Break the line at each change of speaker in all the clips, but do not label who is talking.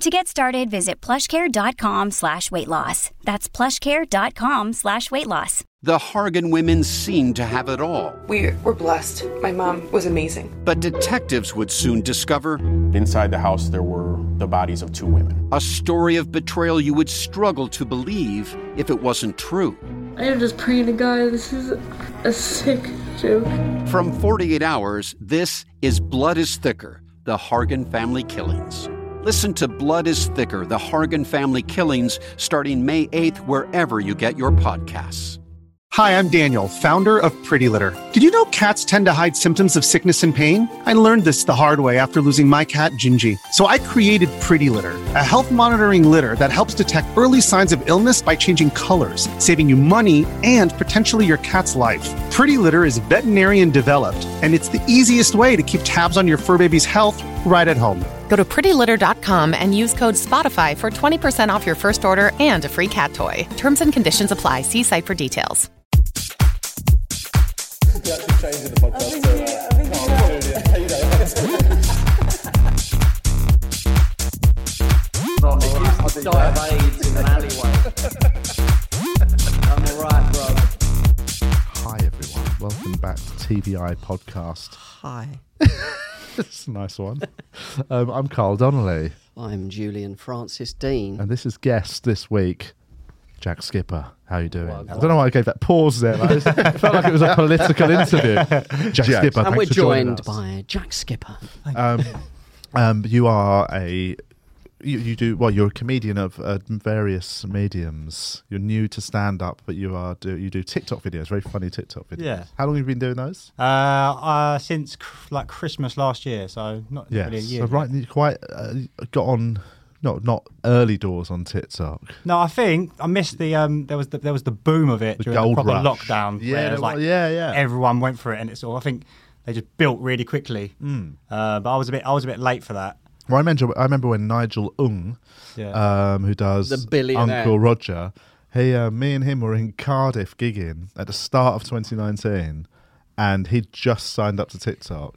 To get started, visit plushcare.com slash weight loss. That's plushcare.com slash weight loss.
The Hargan women seemed to have it all.
We were blessed. My mom was amazing.
But detectives would soon discover
inside the house there were the bodies of two women.
a story of betrayal you would struggle to believe if it wasn't true.
I am just praying to God this is a sick joke.
From 48 Hours, this is Blood is Thicker The Hargan Family Killings. Listen to Blood is Thicker The Hargan Family Killings starting May 8th, wherever you get your podcasts.
Hi, I'm Daniel, founder of Pretty Litter. Did you know cats tend to hide symptoms of sickness and pain? I learned this the hard way after losing my cat, Gingy. So I created Pretty Litter, a health monitoring litter that helps detect early signs of illness by changing colors, saving you money and potentially your cat's life. Pretty Litter is veterinarian developed, and it's the easiest way to keep tabs on your fur baby's health right at home.
Go to prettylitter.com and use code SPOTIFY for 20% off your first order and a free cat toy. Terms and conditions apply. See site for details.
die of AIDS in an alleyway. I'm alright, bro.
Hi everyone, welcome back to TBI podcast.
Hi,
It's a nice one. Um, I'm Carl Donnelly,
I'm Julian Francis Dean.
and this is guest this week, Jack Skipper. How you doing? I don't know why I gave that pause there. Like, it felt like it was a political interview. Jack Skipper,
And
thanks
we're
for joining
joined
us.
by Jack Skipper.
Um, um, you are a you, you do well. You're a comedian of uh, various mediums. You're new to stand up, but you are do you do TikTok videos, very funny TikTok videos.
Yeah.
How long have you been doing those?
Uh, uh, since cr- like Christmas last year, so not really a
Yes,
year.
so
yet.
right, you quite uh, got on. Not not early doors on TikTok.
No, I think I missed the um. There was the, there was the boom of it
The
during
gold
the proper
rush.
lockdown.
Yeah,
where it
there
was like
was- yeah, yeah.
Everyone went for it, and it's all. I think they just built really quickly.
Hmm.
Uh, but I was a bit I was a bit late for that.
Well, I remember I remember when Nigel Ung,
Yeah.
um, who does
The billionaire.
Uncle Roger, he uh, me and him were in Cardiff gigging at the start of 2019, and he just signed up to TikTok,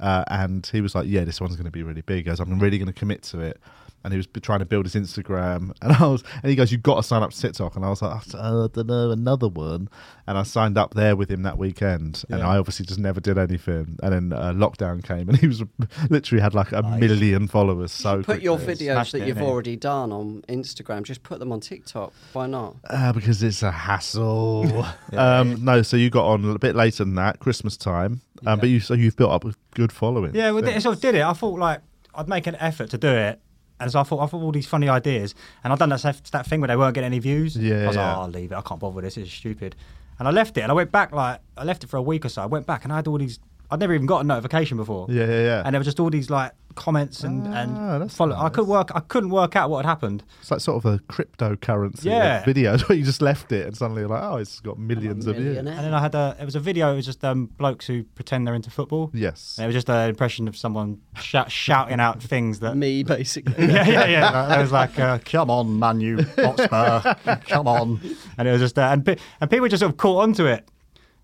uh, and he was like, "Yeah, this one's going to be really big, guys. I'm really going to commit to it." And he was b- trying to build his Instagram, and I was, and he goes, "You've got to sign up to TikTok." And I was like, "I don't know, another one." And I signed up there with him that weekend, and
Yeah.
I obviously just never did anything. And then uh, lockdown came, and he was literally had like a million followers. So
Put your
quickly.
videos
smashed
that
it,
you've
innit?
already done on Instagram, just put them on TikTok. Why not?
Uh, because it's a hassle. um, no, so you got on a bit later than that, Christmas time. Um, But you so you've built up a good following.
Yeah, well, it sort of did it. I thought like I'd make an effort to do it, and so I thought I thought all these funny ideas, and I'd done that s- that thing where they weren't getting any views.
Yeah,
I was
yeah.
like, oh, I'll leave it. I can't bother with this. It's stupid. And I left it, and I went back like I left it for a week or so. I went back, and I had all these. I'd never even got a notification before.
Yeah, yeah, yeah.
And there were just all these like comments and
Ah,
and
that's
follow. I
nice.
could work. I couldn't work out what had happened.
It's like sort of a cryptocurrency
Yeah.
of videos where you just left it and suddenly you're like, oh, it's got millions of views.
Millionaire.
And then I had a. It was a video. It was just um blokes who pretend they're into football.
Yes.
And it was just an impression of someone shout, shouting out things that
Me, basically.
yeah, yeah, yeah. I was like, uh, "Come on, man, you Hotspur, come on!" And it was just, uh, and pe- and people just sort of caught onto it,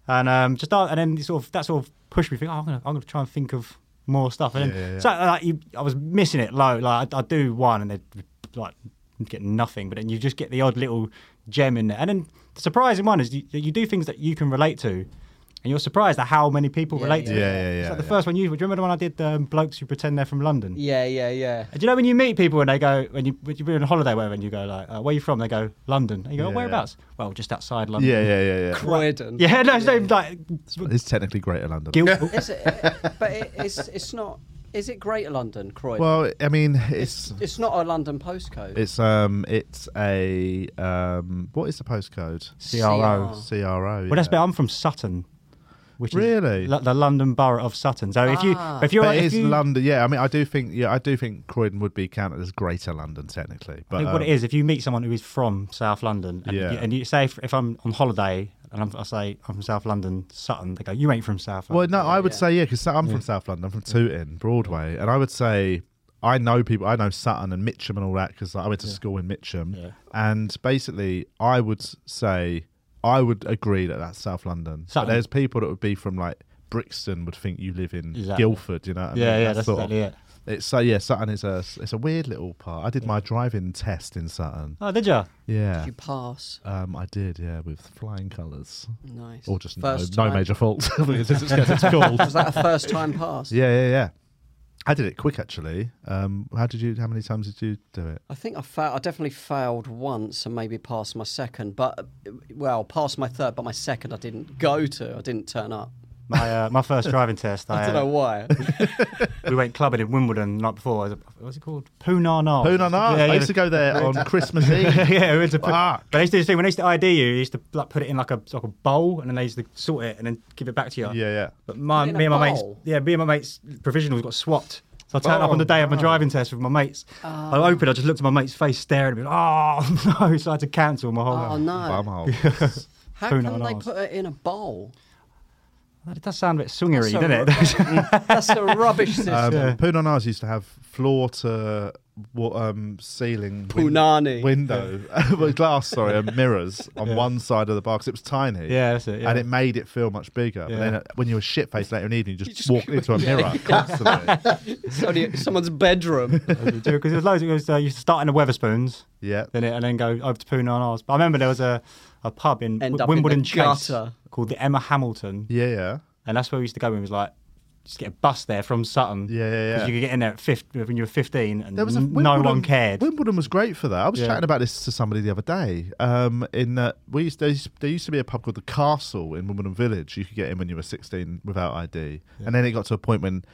and um, just uh, and then it sort of that sort of pushed me. Think, oh, I'm gonna, I'm gonna try and think of more stuff. And then,
Yeah, yeah, yeah.
so uh, like, you, I was missing it low. Like I, I do one, and they like get nothing. But then you just get the odd little gem in there. And then the surprising one is you, you do things that you can relate to. And you're surprised at how many people relate to
yeah.
it.
Yeah, yeah,
It's
yeah,
"Oh,
like the
yeah.
first one you. Do you remember the one I did? Um, blokes who pretend they're from London.
yeah, yeah, yeah.
Do you know when you meet people and they go when you when you're on holiday or whatever and you go like uh, where are you from? They go London. And you go
Yeah.
whereabouts? Well, just outside London.
Yeah, yeah, yeah, yeah.
Croydon.
Yeah, no, it's not like
It's technically Greater London.
guilt.
Is it, but it, it's, it's not. Is it Greater London, Croydon?
Well, I mean, it's
it's not a London postcode.
it's um it's a um what is the postcode?
CRO.
CRO. Yeah.
Well, that's better. I'm from Sutton, which
Really?
is Lo- the London borough of Sutton. So if you if you're
But it
if
is
you,
London. Yeah, I mean, I do think yeah, I do think Croydon would be counted as Greater London technically. But
I think what
um,
it is, if you meet someone who is from South London, and,
Yeah.
you, and you say if, if I'm on holiday
and I'm, I say I'm from South London, Sutton. They go, you ain't from South.
Well,
London.
no, I would
Yeah.
say yeah, because I'm
Yeah.
from South London. I'm from Tooting, Broadway, and I would say I know people. I know Sutton and Mitcham and all that because I went to school in Mitcham. And basically, I would say I would agree that that's South London. But
Sutton.
there's people that would be from like Brixton would think you live in
Exactly.
Guildford. You know? What I mean?
Yeah, yeah,
That
that's
sort of-
exactly
It's so yeah, Sutton is a it's a weird little part. I did my driving test in Sutton.
Oh, did ya?
Yeah.
Did you
pass?
Um, I did. Yeah, with flying colours.
Nice.
Or just
First
no, no
time?
major faults because it's, because it's cool.
Was that a first time pass?
Yeah, yeah, yeah. I did it quick actually. Um, how did you? How many times did you do it?
I think I fa- I definitely failed once and maybe passed my second, but uh, well, passed my third, but my second I didn't go to. I didn't turn up.
My uh, my first driving test. I,
I don't
uh,
know why.
we went clubbing in Wimbledon the night before. Was it- What was it called? Poonana.
Poonana. I used to go there on Christmas Eve.
yeah, we went to Poo-
Fuck.
But they used to do this thing when they used to ID you, they used to like, put it in like a like a bowl, and then they used to sort it and then give it back to you.
Yeah, yeah.
But my
In a
me and my mates,
bowl?
yeah, me and my mates provisionals got swapped. So I turned up
Oh,
on the day of my
no.
driving test with my mates.
Oh.
I opened, I just looked at my mate's face staring at me. Like, oh no! So I had to cancel my whole.
Oh, no.
Bumhole.
How
Who
can
knows?
they put it in a bowl?
That does sound a bit swingery,
That's a
doesn't it?
That's a rubbish system.
um, Poonanas used to have floor to wa- um, ceiling win-
Poonani.
window well, glass, sorry, and mirrors on one side of the bar because it was tiny.
Yeah, that's it, yeah.
And it made it feel much bigger. But
Yeah.
then uh, when you were shit faced later in the evening, you just, walked into a mirror constantly.
It's only someone's bedroom.
because there's loads. It was uh, you start in the Weatherspoons,
Yeah.
then it, and then go over to Poona and ours. But I remember there was a, a pub in
End
Wi-
up in the
Wimbledon Chase
gutter.
called the Emma Hamilton,
Yeah, yeah.
and that's where we used to go. When we was like, just get a bus there from Sutton.
Yeah, yeah, yeah.
'Cause you could get in there at 15, when you were 15, and
There was a
n- no
Wimbledon-
one cared.
Wimbledon was great for that. I was
Yeah.
chatting about this to somebody the other day. Um, in uh, we used there, used there used to be a pub called the Castle in Wimbledon Village. You could get in when you were sixteen without ID, and then it got to a point when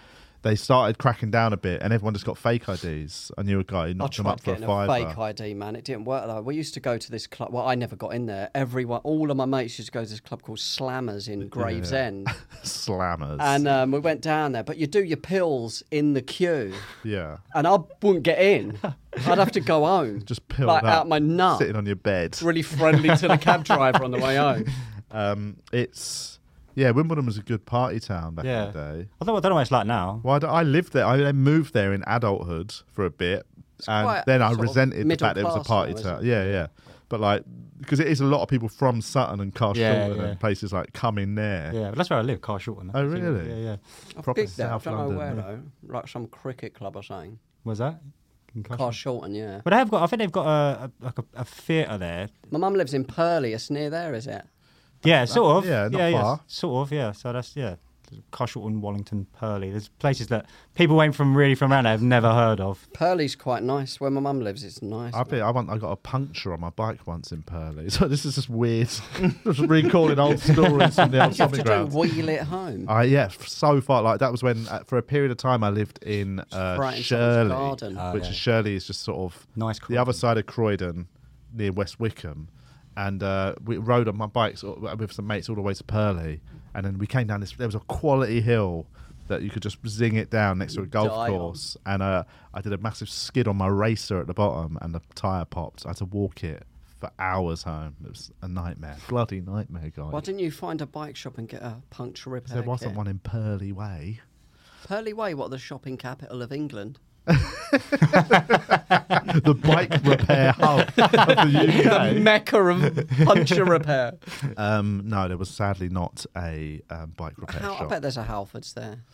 they started cracking down a bit, and everyone just got fake IDs. I knew a guy who
I
knocked them
tried
up for a
getting
fiver.
fake ID, man. It didn't work though. We used to go to this club. Well, I never got in there. Everyone, all of my mates used to go to this club called Slammers in Gravesend,
Slammers.
and um, we went down there. But you do your pills in the queue,
yeah,
and I wouldn't get in. I'd have to go home,
just pilled
like,
up,
out my nut.
sitting on your bed.
Really friendly to the cab driver on the way home.
Um, it's yeah, Wimbledon was a good party town back
yeah,
in the day.
I don't, I don't know what it's like now.
Why do I lived there? I then moved there in adulthood for a bit, and
quite
then I
sort of
resented the
middle
fact that it was a
class
party
now, isn't
town. Yeah, yeah. But like, because it is a lot of people from Sutton and Carshalton
Yeah, yeah.
and places like come in there.
Yeah, but that's where I live, Carl Shorten.
Oh, really?
Yeah, yeah.
I've
Proper
gigged there. I
South
don't
London,
know where
yeah.
though. Like some cricket club or something.
Was that? In
Car Shorten, yeah.
But they have got. I think they've got a, a like a, a theatre there.
My mum lives in Purley. It's near there, is it?
Yeah, sort of.
yeah, not far.
sort of. Yeah. So that's yeah. Coshleton, Wallington, Purley. There's places that people ain't from really from around there have never heard of.
Purley's quite nice. Where my mum lives, it's nice.
I, bet I, want, I got a puncture on my bike once in Purley. So this is just weird. just recalling old stories from the old
you have to
stomping
do
grounds.
wheel it home.
I yeah, f- so far like that was when uh, for a period of time I lived in uh,
right in someone's
Shirley,
garden. Ah,
which is Shirley is just sort of
Nice
the other
Croydon.
side of Croydon near West Wickham, and uh, we rode on my bikes all- with some mates all the way to Purley, and then we came down this. There was a quality hill that you could just zing it down next to a golf
Die on.
course, and uh, I did a massive skid on my racer at the bottom, and the tire popped. I had to walk it. For hours home, it was a nightmare, bloody nightmare, guys.
Why didn't you find a bike shop and get a puncture repair?
there wasn't
kit?
one in Purley Way.
Purley Way, what the shopping capital of England?
the bike repair hub of the
Mecca of puncture repair.
UK. Um, no, there was sadly not a um, bike repair
How, I
shop.
bet there's a Halfords there.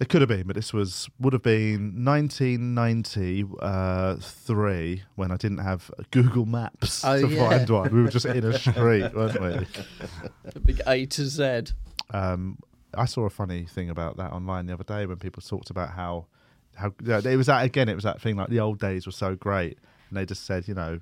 It could have been, but this was would have been 1993 when I didn't have Google Maps
Oh,
to
yeah.
find one. We were just in a street, weren't we?
The big A to Z.
Um, I saw a funny thing about that online the other day when people talked about how how yeah, it was that again. It was that thing like the old days were so great, and they just said, you know,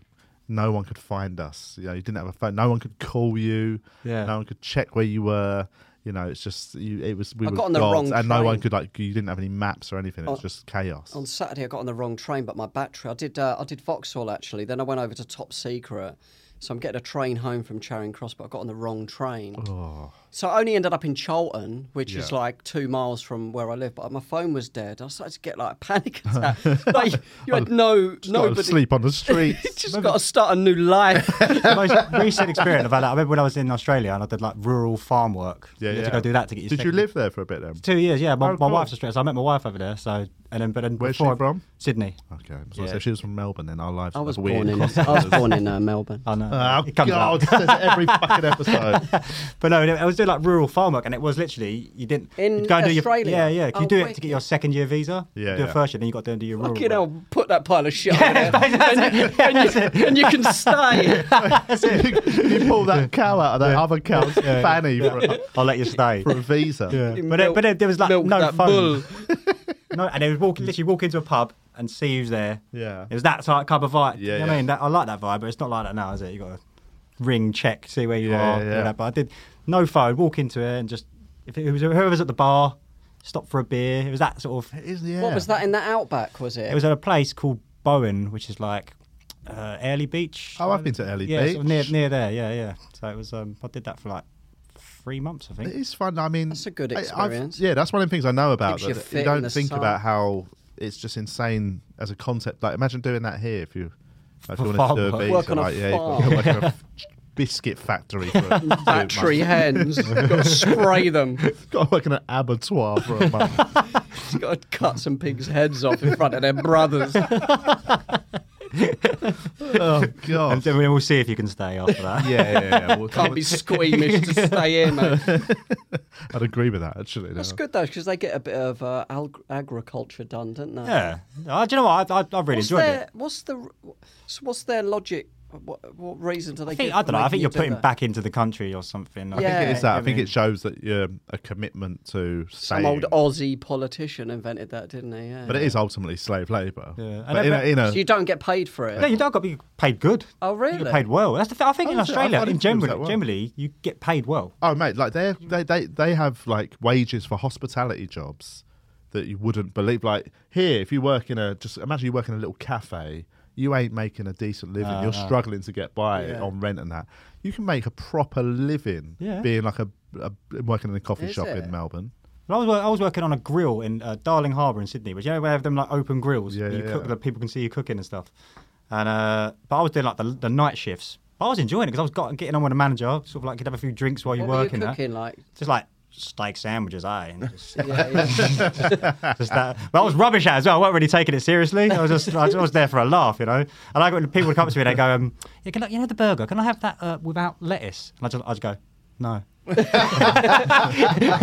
no one could find us. You know, you didn't have a phone. No one could call you.
Yeah.
No one could check where you were. You know, it's just you, it was we
I
were
got on the
gods,
wrong
and no one
train. Oh.
could like you didn't have any maps or anything. It was
On-
just chaos.
On Saturday, I got on the wrong train, but my battery. I did. Uh, I did Vauxhall actually. Then I went over to Top Secret. So I'm getting a train home from Charing Cross, but I got on the wrong train.
Oh.
So I only ended up in Cholton, which is
Yeah.
like two miles from where I live. But my phone was dead. I started to get like a panic attack. like you had no
Just gotta
nobody.
sleep on the street.
just got to start a new life.
the most recent experience I've had. I remember when I was in Australia and I did like rural farm work.
Yeah,
you had
yeah.
to go do that to get your.
Did you
second-
live there for a bit then?
Two years, yeah. My,
Oh,
my
cool.
wife's Australian, so I met my wife over there. So and then, but then
Where's she
before-
from?
Sydney.
Okay. So
Yeah.
if she was from Melbourne, then our lives
I
were
was
weird.
born in
cross
I was
borders.
born in uh, Melbourne.
I know.
Oh,
it comes
God,
out.
says it every fucking episode.
But no, I was doing like rural farm work, and it was literally you didn't
In
you'd go and do
Australia?
Your, yeah, yeah. 'cause
Oh,
you do it to
wicked.
get your second year visa.
Yeah,
You do
yeah.
a first year, then you got to do your rural.
Fucking
work.
hell, put that pile of shit over there. and, you, and you can stay.
you pull that cow out of that other cow's fanny for a,
I'll let you stay.
for a visa.
But it, but it, there was like
Milk
no
that
phone. no, and it was
Mm.
walking literally walk into a pub and see who's there.
Yeah.
It was that type type of vibe.
Yeah,
you know what
yeah.
I mean? That, I like that vibe, but it's not like that now, is it? You got to ring check, see where you
Yeah,
are.
yeah,
do
yeah.
that. But I did no phone, walk into it and just if it was whoever's at the bar, stop for a beer. It was that sort of.
It is, yeah.
What was that in that outback? Was it?
It was at a place called Bowen, which is like uh, Airlie Beach.
Oh, I've been to Early
yeah,
Beach.
sort of near near there. Yeah, yeah. So it was. Um, I did that for like three months, I
It
think.
is fun. I mean,
That's a good
I- I've-
experience.
yeah, that's one of the things I know about.
Keeps you
That, that
fit
you
in
don't
the
think
sun.
about how it's just insane as a concept. Like, imagine doing that here if you, like, if
For
you wanted to
farm
do a
work.
visa,
Work on a
like, yeah, you've got
farm.
to work in a f- biscuit factory. For a-
Battery hens. Got to spray them.
got to work in an abattoir for a month.
Got to cut some pigs' heads off in front of their brothers.
oh
And
god.
then we'll see if you can stay after that.
yeah, yeah, yeah. Well,
Can't be squeamish to stay in, mate.
I'd agree with that actually. no.
That's good though, because they get a bit of uh, ag- agriculture done, don't they?
Yeah. Uh, do you know what? I, I, I really
What's
enjoyed
their,
it.
What's the? So what's their logic? What, what reason do they?
I think
give
I
for
don't know. I
making
think
you
you're
do
putting
that?
back into the country or something. I
Yeah.
I think it is that. I
I
think
mean-
it shows that you're a commitment to
Some
staying.
old Aussie politician invented that, didn't he? Yeah.
but it is ultimately slave labour.
Yeah. And
But in a,
then-
in a,
So you don't get paid for it.
No, you don't got to be paid good.
Oh,
You
really?
get paid well. That's the thing. I think
Oh,
in
is it? I
Australia,
thought it
in
was that
generally,
well.
generally, you get paid well.
Oh mate, like they they they they have like wages for hospitality jobs that you wouldn't believe. Like here, if you work in a just imagine you work in a little cafe, you ain't making a decent living.
Uh,
You're struggling to get by
Yeah.
on rent and that. You can make a proper living
Yeah.
being like a, a working in a coffee
Is
shop
it?
in Melbourne.
Well, I was wor- I was working on a grill in uh, Darling Harbour in Sydney, which you know where they have them like open grills.
Yeah,
where you
yeah,
cook
yeah.
that people can see you cooking and stuff. And uh, but I was doing like the, the night shifts. I was enjoying it because I was got, getting on with the manager, sort of like could have a few drinks while you're
What were you
working. there.
cooking like?
Just like steak sandwiches, I and just,
Yeah, yeah.
just that. But I was rubbish at it as well. I wasn't really taking it seriously. I was just I was just there for a laugh, you know. And I got people would come up to me and they go, um, yeah, can I, you know the burger? Can I have that uh, without lettuce? And I just I just go, no.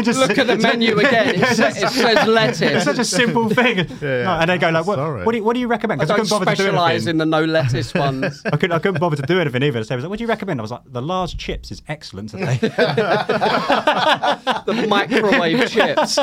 Just-
Look at the menu again. It, sa- it says
It's
lettuce.
such a simple thing. No, and they go like, what,
Sorry.
what, do you, what do you recommend?
I don't
couldn't bother to do
specialise
anything.
in the no lettuce ones.
I couldn't, I couldn't bother to do anything either. So I was like, what do you recommend? I was like, the large chips is excellent today.
the microwave chips.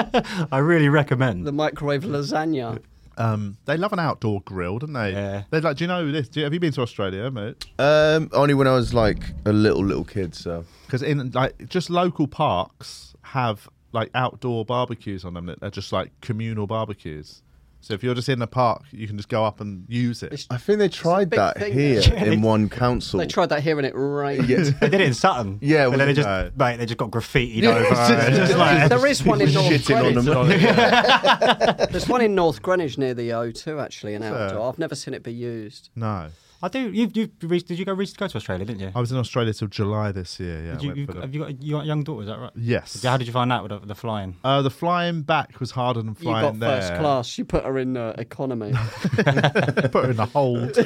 I really recommend.
The microwave lasagna.
Um, they love an outdoor grill, don't they?
Yeah.
They like. Do you know this? Do you, have you been to Australia, mate?
Um, only when I was like a little little kid. So
Because in like just local parks have like outdoor barbecues on them that are just like communal barbecues. So if you're just in the park, you can just go up and use it.
I think they tried
big
that
thing,
here
though.
in one council.
They tried that here and it rained.
They did it in Sutton.
Yeah,
but then
well,
they just,
no.
mate, they just got graffitied
Yeah,
over.
it's just-
It's just like-
there is one in North
Shitting on
Greenwich.
them.
There's one in North Greenwich near the O2 actually, an outdoor. I've never seen it be used.
No,
I do. You, you re- did you go re- go to Australia, didn't you?
I was in Australia till July this year. Yeah. I
Did you,
went
you
for the-
have you got you got a young daughter? Is that right?
yes.
How did you find that with the, the flying?
uh, the flying back was harder than
You
flying
got
there.
first class. You put her in uh, economy
Put her in a hold.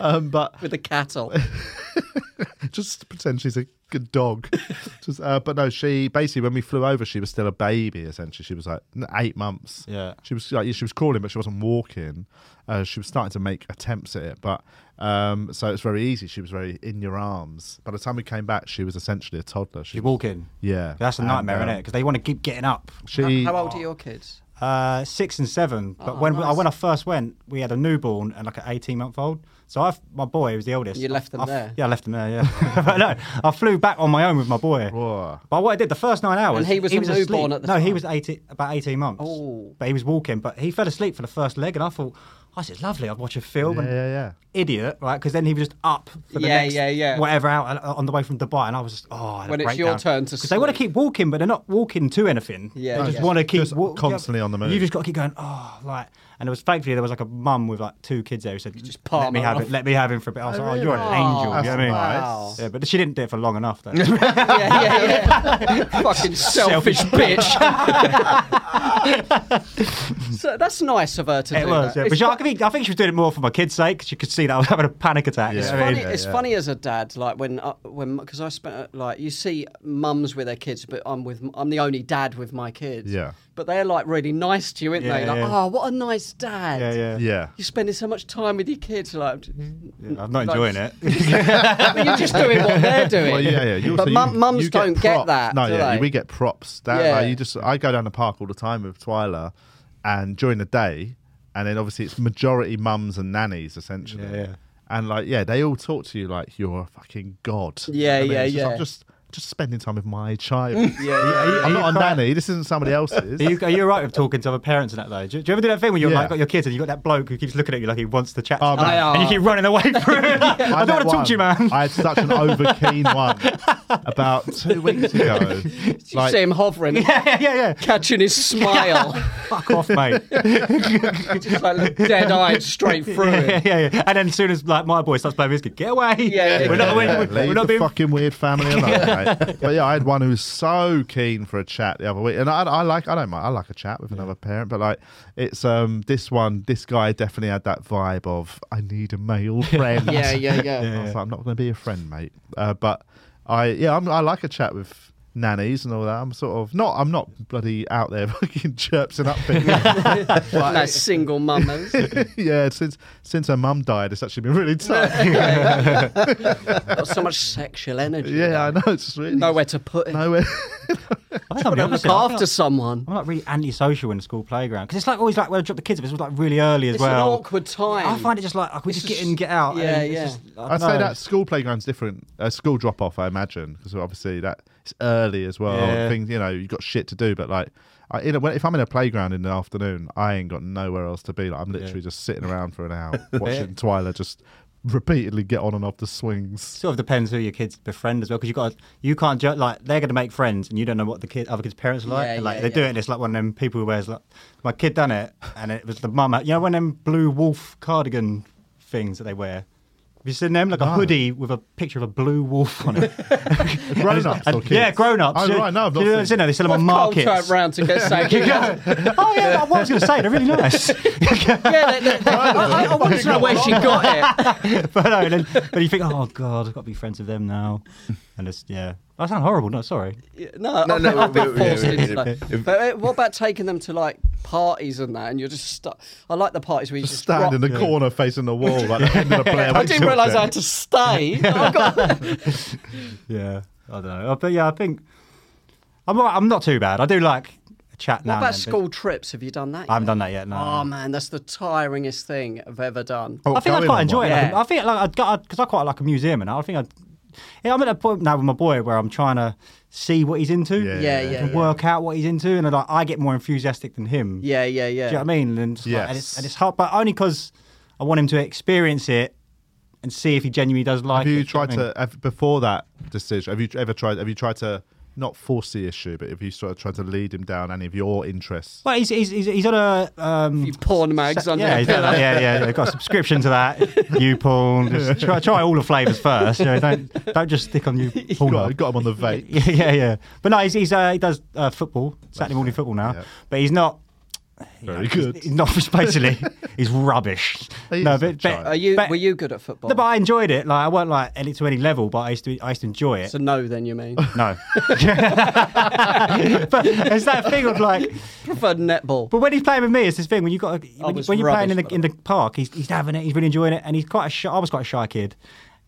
um, but
with the cattle.
just pretend she's a good dog. just, uh, but no, she basically when we flew over, she was still a baby. Essentially, she was like n- eight months.
Yeah.
she was like yeah, she was crawling, but she wasn't walking. Uh, she was starting to make attempts at it, but um, so it's very easy. She was very in your arms. By the time we came back, she was essentially a toddler. She
You
was,
walk in.
Yeah,
That's a
And,
nightmare,
um,
isn't it? Because they want to keep getting up.
She
How old are your kids? Oh,
Uh, six and seven. But when I, when I first went, we had a newborn and like an eighteen month old. So I, my boy was the oldest.
You left them
I, I-
there?
Yeah, I left them there. Yeah, but no, I flew back on my own with my boy.
Whoa.
But what I did the first nine hours,
And he was a newborn
asleep.
at the
no, he
time?
was eighteen, about eighteen months.
Oh.
but he was walking. But he fell asleep for the first leg, and I thought, oh, this is lovely. I'd watch a film. and
Yeah, yeah, yeah.
Idiot, right? Because then he was just up for the
Yeah,
next
yeah, yeah.
whatever out uh, on the way from Dubai, and I was just oh. I had a
When it's your
breakdown.
turn to
because they want to keep walking, but they're not walking to anything.
Yeah,
they just
yeah.
want to keep
Just
wa-
constantly on the move.
You just got to keep going. Oh, like, and it was thankfully there was like a mum with like two kids there who said, "Just
palm
let me
her
have
off."
it. Let me have him for a bit." I was
Oh,
like, "Oh, you're an
really?
angel." you know
That's
what I mean?
nice.
Yeah, but she didn't do it for long enough. Though.
yeah, yeah, yeah. Fucking selfish,
Selfish
bitch. so that's nice of her to
It
do
was,
that.
yeah. but
It's
she- I think, I think she was doing it more for my kids' sake 'cause she could see that I was having a panic attack.
It's,
you know what I
funny,
mean?
it's funny as a dad, like when I, when because I spent uh, like you see mums with their kids, but I'm with I'm the only dad with my kids.
Yeah.
But they're like really nice to you, aren't they?
Yeah,
Like,
yeah.
oh, what a nice dad.
Yeah, yeah.
Yeah.
You're spending so much time with your kids. Like,
I'm not enjoying it.
but you're just doing what they're doing.
Well, yeah, yeah. You also-
but
you-
mum, mums
you
don't get
props.
that.
No,
do
yeah,
they?
we get props. That,
Yeah.
like, you just, I go down the park all the time with Twyla, and during the day, and then obviously it's majority mums and nannies essentially.
Yeah, yeah.
And like, yeah, they all talk to you like you're a fucking god.
Yeah,
And then
yeah,
it's just,
yeah.
I'm just, just spending time with my child.
Yeah, yeah, yeah.
I'm not a
Right.
nanny. This isn't somebody else's.
Are you, are you all right with talking to other parents and that though? Do you, do you ever do that thing when you're
Yeah.
like got your kids and you got that bloke who keeps looking at you like he wants to chat, to
Oh,
you,
man.
and you keep running away from him? I don't
met
want to talk to you,
one-
man.
I had such an overkeen one about two weeks ago.
You see him hovering,
yeah, yeah, yeah.
catching his smile,
Fuck off, mate.
just like look dead-eyed straight through
yeah,
him.
yeah, yeah, yeah. And then as soon as like my boy starts playing whiskey, get away.
Yeah, yeah,
we're not,
yeah,
we're,
Yeah,
we're
leave
not
the
being.
fucking weird family alone, mate. But yeah, I had one who was so keen for a chat the other week, and I, I like, I don't mind, I like a chat with another parent, but like, it's um this one, this guy definitely had that vibe of I need a male friend.
Yeah, yeah, yeah.
I was like, I'm not going to be a friend, mate. Uh, but I, yeah, I'm, I like a chat with nannies and all that. I'm sort of not, I'm not bloody out there fucking chirping up people.
No, single mummers.
yeah, since since her mum died, it's actually been really tough.
Got so much sexual energy.
yeah, I know it's really
Nowhere to put it.
nowhere.
I think I'm the
Look
opposite. I feel
after someone.
I'm like really antisocial in the school playground because it's like always like when I drop the kids, off, it was like really early as
It's
well.
an awkward time.
I find it just like, like we
It's
just get
just-
in, get out. and
yeah,
it's
yeah.
just- I
I'd
don't
say
know.
that school playground's different. Uh, school drop off, I imagine, because obviously that it's early as well.
Yeah.
Things you know, you've got shit to do, but like. I, in a, when, if I'm in a playground in the afternoon, I ain't got nowhere else to be. Like, I'm literally just sitting around for an hour watching Twyla just repeatedly get on and off the swings.
sort of depends who your kids befriend as well because you got you can't ju- like they're going to make friends and you don't know what the kid other kids parents are like
Yeah,
and like
yeah,
they do
yeah.
it and it's like one of them people who wears like my kid done it and it was the mum you know one of them blue wolf cardigan things that they wear have you seen them like
Oh,
a hoodie with a picture of a blue wolf on it
Grown ups or kids?
yeah grown ups
Oh, right, no, I've not
you
seen.
know, they sell them on
I've called her
markets
round to go say,
You go, oh yeah I was going to say they're really nice
yeah, they, they, they, I, I wanted to know where she got it.
but, no, and then, but you think oh god I've got to be friends with them now and it's yeah I sound horrible no sorry
Yeah, No,
No,
I've,
no,
I've been
we- we-
forced
we-
into
we-
that.
if-
But uh, what about taking them to like parties and that? And you're just stuck. I like the parties where you just,
Just stand in the
rock-
corner facing the wall like the end of the Blair
I
Witch
didn't realise I
Project.
had to stay. I've got-
Yeah, I don't know. But yeah, I think I'm all right. I'm not too bad. I do like a chat now.
what
and
about
then, but
school trips? Have you done that?
I haven't
yet?
done that yet. No.
Oh man, that's the tiringest thing I've ever done.
Oh,
I think I'd
going
quite
on
enjoy
one.
it.
Yeah.
I think like I'd got because I quite like a museum, and I think I'd. Yeah, I'm at a point now with my boy where I'm trying to see what he's into.
Yeah,
Yeah,
and
yeah, yeah.
Work out what he's into, and like I get more enthusiastic than him.
Yeah, yeah,
Do you know
yeah.
what I mean? And, just like- and
Yes.
it's, and it's hard, but only because I want him to experience it and see if he genuinely does like
Have
it.
you
do know
tried
what I mean?
to have, before that decision? Have you ever tried? Have you tried to not force the issue, but have you sort of tried to lead him down any of your interests?
Well, he's he's he's, he's on a um,
You porn mags under
yeah,
your
he's done
pillow.
that. yeah, yeah, yeah. Got a subscription to that. You porn. Just try, try all the flavors first. You know, don't don't just stick on you porn.
Got, got him on the vape.
Yeah, yeah, yeah. But no, he's, he's uh, he does uh, football Saturday morning football now.
Yeah.
But he's not
Very good.
He's not basically. he's rubbish.
He's
no,
a
but,
child.
but,
Are you?
but-
Were you good at football?
No, but I enjoyed it. Like I weren't like any to any level, but I used to I used to enjoy it.
So no, then you mean?
no, but it's that thing of like.
preferred netball.
But when he's playing with me, it's this thing when you got
I
when, you-
was
when you're playing in
rubbish,
the in the park, he's, he's having it, he's really enjoying it, and he's quite a shy, I was quite a shy kid,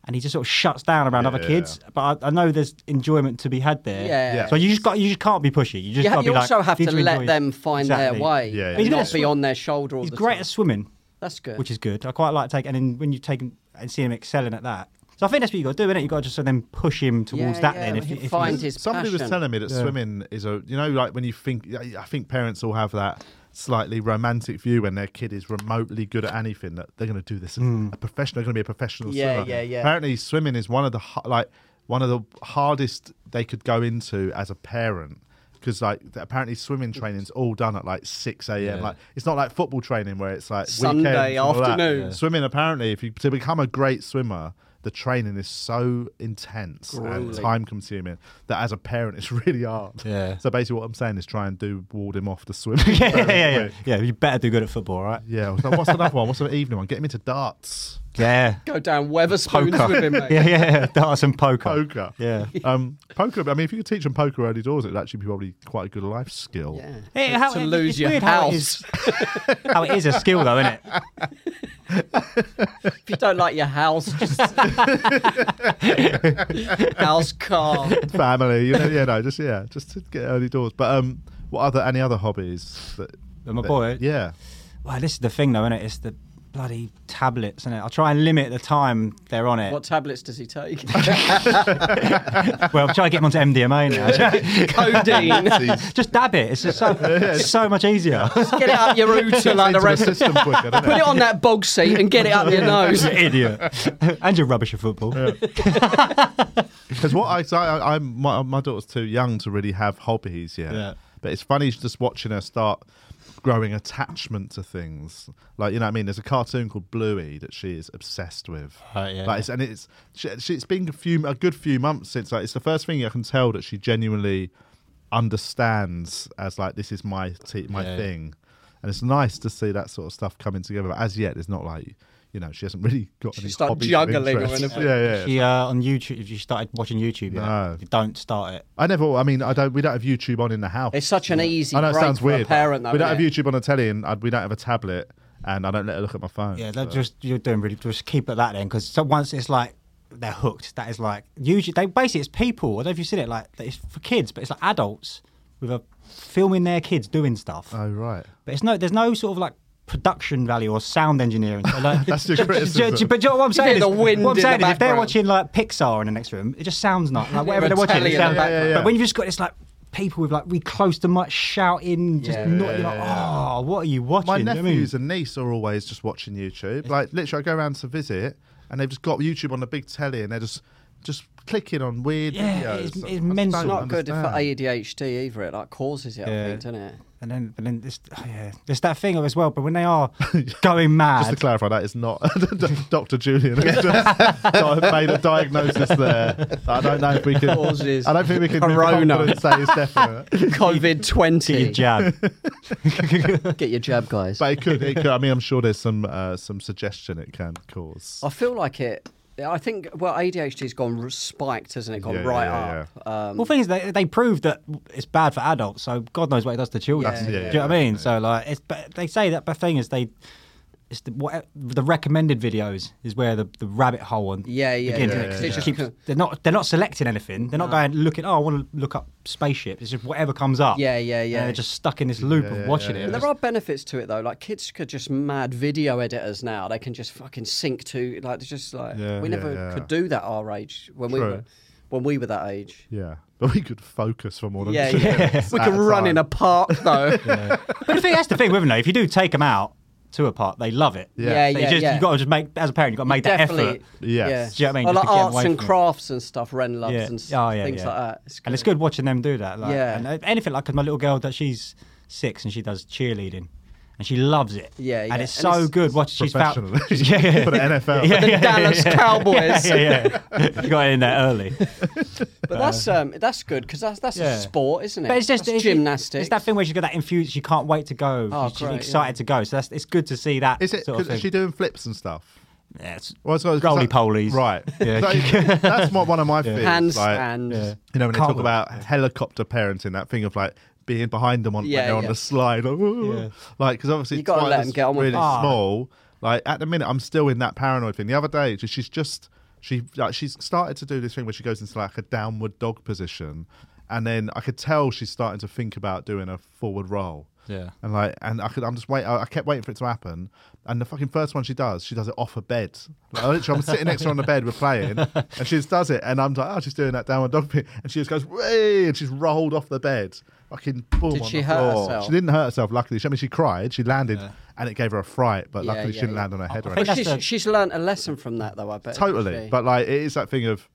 and he just sort of shuts down around other
Yeah.
kids. But I, I know there's enjoyment to be had there.
Yeah. Yeah.
So you just got you just can't be pushy. You
You,
just got
ha-
to be
you
like,
also have
need
to
enjoy
let
it.
them find
Exactly.
their way.
Yeah, yeah.
He's
He's good
not
at
be
swim.
on their shoulder all
He's
the
great
time.
at swimming,
That's good.
which is good. I quite like taking and then when you take him and see him excelling at that. So I think that's what you got to do, isn't it? You got to just sort of then push him towards that. then, if, you- if you-
somebody was telling me that swimming is a you know like when you think I think parents all have that slightly romantic view when their kid is remotely good at anything that they're going to do this a professional they're going to be a professional
Yeah,
swimmer.
yeah, yeah.
Apparently swimming is one of the har- like one of the hardest they could go into as a parent. Because like th- apparently swimming training's all done at like six a.m.
Yeah.
Like it's not like football training where it's like
Sunday
weekends and all that.
afternoon. Yeah.
Swimming apparently, if you to become a great swimmer, the training is so intense and
Grueling.
time consuming that as a parent it's really hard.
Yeah.
So basically what I'm saying is try and do ward him off the swimming. yeah,
yeah, yeah, yeah, yeah. You better do good at football, right?
Yeah. I was like, what's another one? What's the evening one? Get him into darts.
Yeah.
Go down Weatherspoons
Poker.
with him, mate.
yeah, yeah, yeah. Darts and poker.
Poker.
Yeah.
Um, poker. I mean, if you could teach them poker early doors, it'd actually be probably quite a good life skill. Yeah.
Hey,
to,
how-
to
it-
lose
it's
your
weird how it
house.
is- how it is a skill, though, isn't it?
if you don't like your house, just house car.
Family. You know. Yeah. No. Just yeah. Just to get early doors. But um, what other any other hobbies that?
But my
that-
boy.
Yeah.
Well, this is the thing, though, isn't it? It's the bloody tablets, and I try and limit the time they're on it.
What tablets does he take?
well, I'm trying to get them onto MDMA now.
Codeine.
just dab it. It's just so, it's so much easier.
Get it up your
Gets
uter like
into
the
the
rest.
system quicker, doesn't
Put
it?
it on that bog seat and get it up your nose.
You idiot. and you're rubbish at football.
Because what I, so I, I'm, my, my daughter's too young to really have hobbies yet.
Yeah.
But it's funny just watching her start growing attachment to things. Like you know, what I mean, there's a cartoon called Bluey that she is obsessed with.
Right, yeah.
Like it's, and it's she, she, it's been a few a good few months since. Like it's the first thing I can tell that she genuinely understands as like this is my t- my
Yeah.
thing, and it's nice to see that sort of stuff coming together. But as yet, it's not like. You know, she hasn't really got any
She's not
hobbies
juggling or
interests.
anything.
Yeah, yeah.
She, uh, on YouTube, if you started watching YouTube, yeah,
No.
you don't start it.
I never. I mean, I don't. We don't have YouTube on in the house.
It's such an easy
I know it
break
sounds
for a
weird.
parent, though,
we don't have
innit?
YouTube on a telly, and uh, we don't have a tablet, and I don't let her look at my phone.
Yeah, that
So-
just you're doing really. Just keep at that then, because so once it's like they're hooked. That is like usually they basically it's people. I don't know if you've seen it. Like it's for kids, but it's like adults with a filming their kids doing stuff.
Oh right.
But it's no, there's no sort of like production value or sound engineering. So, like-
That's your criticism.
Do you- But you know what I'm saying
hear the
is,
wind
what I'm
in
saying
the
is if they're
background.
watching like Pixar in the next room, it just sounds not like whatever they're watching. It
Italian in
sounds,
the Yeah, yeah,
background. yeah.
But when you've just got this like people with like really close to much shouting, just
Yeah,
not,
yeah,
you're like,
yeah.
oh, what are you watching?
My
You know what I mean?
nephews and niece are always just watching YouTube. Like literally, I go around to visit, and they've just got YouTube on the big telly, and they're just just clicking on weird
Yeah,
videos.
it's-
I-
it's
I
mental.
don't
Not good for
understand.
ADHD either. It like causes it,
Yeah.
I think, doesn't it?
And then, and then this, oh, yeah, there's that thing as well. But when they are Oh, going mad,
Just to clarify, that is not Dr. Julian. has just di- made a diagnosis there. I don't know if we can.
Causes
I don't think we can with
corona.
confidence say it's definite.
COVID
get your
20.
jab.
Get your jab, guys.
but it could, it could. I mean, I'm sure there's some uh, some suggestion it can cause.
I feel like it. I think, well, ADHD's gone r- spiked, hasn't it? Gone
Yeah, yeah,
right
Ah.
yeah,
up. Um,
well, thing is, they, they proved that it's bad for adults, so God knows what it does to children.
Yeah,
Do
yeah,
you know what I
yeah,
mean? So like, it's but they say that. But thing is, they it's the, what, the recommended videos is where the, the rabbit hole and
Yeah, yeah,
begins,
yeah,
isn't it? 'Cause
yeah,
it just
yeah.
keeps- they're not they're not selecting anything. They're not going looking. Oh, I want to look up spaceships. It's just whatever comes up.
Yeah, yeah,
And
yeah.
they're just stuck in this loop of watching it.
And there are benefits to it though. Like kids could just mad video editors now. They can just fucking sync to like it's just like
Yeah,
we
yeah,
never
yeah.
could do that our age when we
True.
were when we were that age.
yeah, but we could focus for more than
Yeah,
two
yeah.
minutes
we
at
can
a
run
time.
in a park though.
But the thing, that's the thing with them though. If you do take them out to a park, they love it.
Yeah,
So
yeah,
you just,
yeah.
You got to just make as a parent, you got to make that
Definitely.
effort.
Yes.
Do you know what I mean?
Or
Just
like
to get
arts
away
and
from it.
crafts and stuff. Ren loves
Yeah.
and s-
Oh, yeah,
things
yeah.
like that.
And it's good watching them do that. Like,
Yeah.
And uh, anything like 'cause my little girl that she's six and she does cheerleading. And she loves it.
Yeah, yeah.
And it's
And
so
it's-
good. Watch, she's found.
Professional.
yeah, yeah.
For the NFL.
The Dallas Cowboys.
Yeah, yeah. yeah. you got in there early.
But that's um that's good because that's that's
Yeah.
a sport, isn't it?
But it's just
That's
it's,
gymnastics.
It's that thing where she's got that infused. She can't wait to go.
Oh,
she's she's
great,
excited
yeah.
to go. So that's it's good to see that.
Is it?
Sort of
'cause
thing.
is she doing flips and stuff?
Yeah, it's
Well, it's- it's-
roly polies.
right?
Yeah.
So, that's what one of my fears.
Hands
like,
and
Yeah.
You know, when they
Can't
talk
wait.
about helicopter parenting, that thing of like being behind them on
Yeah,
when they're on
yeah.
the slide, like, "Ooh."
Yeah.
like because obviously
You
it's
gotta
quite
let
a
'em get on with
really
it.
Ah.
small. Like at the minute, I'm still in that paranoid thing. The other day, she- she's just she like she's started to do this thing where she goes into like a downward dog position, and then I could tell she's starting to think about doing a forward roll.
Yeah.
And like, and I could, I'm just wait. I I kept waiting for it to happen. And the fucking first one she does, she does it off her bed. Like, I literally, I'm sitting next to her on the bed, we're playing, and she just does it. And I'm like, oh, she's doing that downward dog pin. And she just goes, way, and she's rolled off the bed. Fucking boom.
Did
on
she
the
hurt
floor.
herself?
She didn't hurt herself, luckily. She, I mean, she cried, she landed, and it gave her a fright, but
Yeah,
luckily she
yeah,
didn't
yeah.
land on her head or
But
anything.
she's, she's learned a lesson from that, though. I bet
Totally. But like, it is that thing of,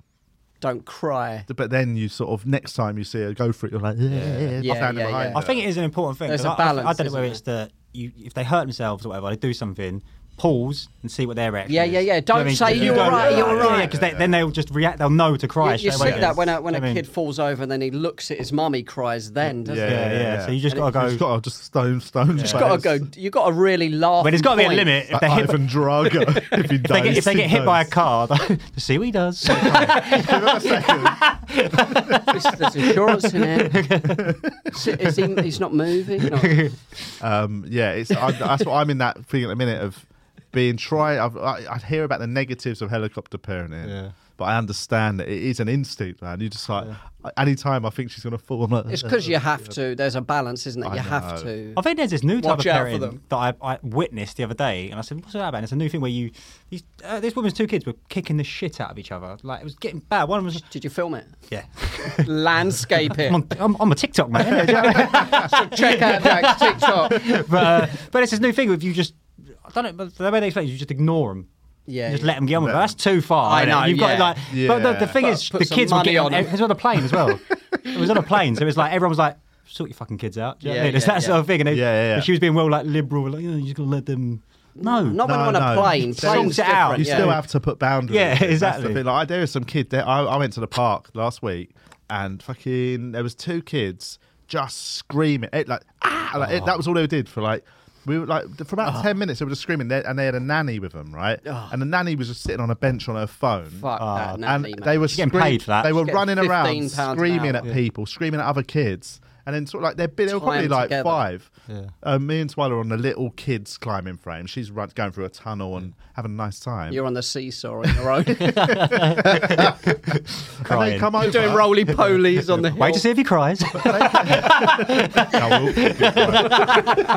don't cry.
but then you sort of, next time you see her go for it, you're like, yeah, yeah, standing behind
I
her.
think it is an important thing.
There's
'cause
a
I- I-
balance,
I, don't know
isn't
whether
there?
it's the you, if they hurt themselves or whatever, they do something. Pause and see what their reaction.
Yeah,
is.
yeah, yeah.
You know
Don't
what I mean?
say
You
you're
go,
right, you're
Yeah,
right.
because then they'll just react. They'll know to cry.
You, you
straight
see
away.
that when a, when
You
a
know what I mean?
kid falls over and then he looks at his mum, he cries. Then doesn't
Yeah,
he?
yeah, yeah. So you just
And
gotta
it-
go.
She's got to just stone, stone.
You just
face.
got to go. You got to really laugh.
But there's got to be a
point.
limit. If
Like
they hit,
Ivan Drago. if, he
if they get, if they get hit by a car, they'll- see what he does.
There's- There's insurance in it. Is, is he, he's not moving. No.
um, yeah, it's I, that's what I'm in that thing at the minute of being try. I've, I, I hear about the negatives of helicopter parenting,
Yeah.
but I understand that it is an instinct, man. You just like any time I think she's gonna fall, I'm like,
It's because you have to. There's a balance, isn't it?
I
You have
know.
to.
I think there's this new type
Watch
of
out for
parenting
them.
that I, I witnessed the other day, and I said, "What's that about?" And it's a new thing where you, these, uh, this woman's two kids were kicking the shit out of each other. Like it was getting bad. One was,
Did you film it?
yeah,
Landscape it.
I'm, on, I'm, I'm a TikTok man. innit? Do you know what I mean?
Check out Jack's TikTok.
but uh, but it's this new thing with you just I don't know but the way they explain it, you just ignore them.
Yeah,
You just
yeah.
let them get on with it. That's too far.
I
innit?
know,
You've
yeah.
got like, but the, the
Yeah.
thing
Put-
is,
put
the
some
kids were
money
getting,
on 'em.
It was on a plane as well. it was on a plane, so it was like everyone was like, "Sort your fucking kids out." Do you know
Yeah,
what I mean? It's
yeah,
that
yeah.
sort of thing. And they-
Yeah, yeah, yeah.
but she was being well like liberal, like, "Oh, "You just gotta let them." No,
Not when I'm on a plane.
Still-
Plane's
it out.
different,
You
yeah.
still have to put boundaries.
Yeah,
That's the
exactly.
thing. Like, I- there is some kid. There, I, I went to the park last week, and fucking, there was two kids just screaming. It, like, ah, like, it- that was all they did for like. We were like for about ten minutes. They were just screaming, they, and they had a nanny with them, right? And the nanny was just sitting on a bench on her phone.
Fuck that nanny,
and
mate.
they were
getting
scream-
paid for that.
They were
She's getting
running
15
around,
pounds an
screaming at
hour.
people, screaming at other kids, and then sort of like they're, they were probably
Climb
like
together.
five. Um, me and Twyla are on the little kids climbing frame. She's run, going through a tunnel and having a nice time.
You're on the seesaw on your own.
and they
crying.
come over.
doing roly polies on the hill.
Wait to see if he cries.
No,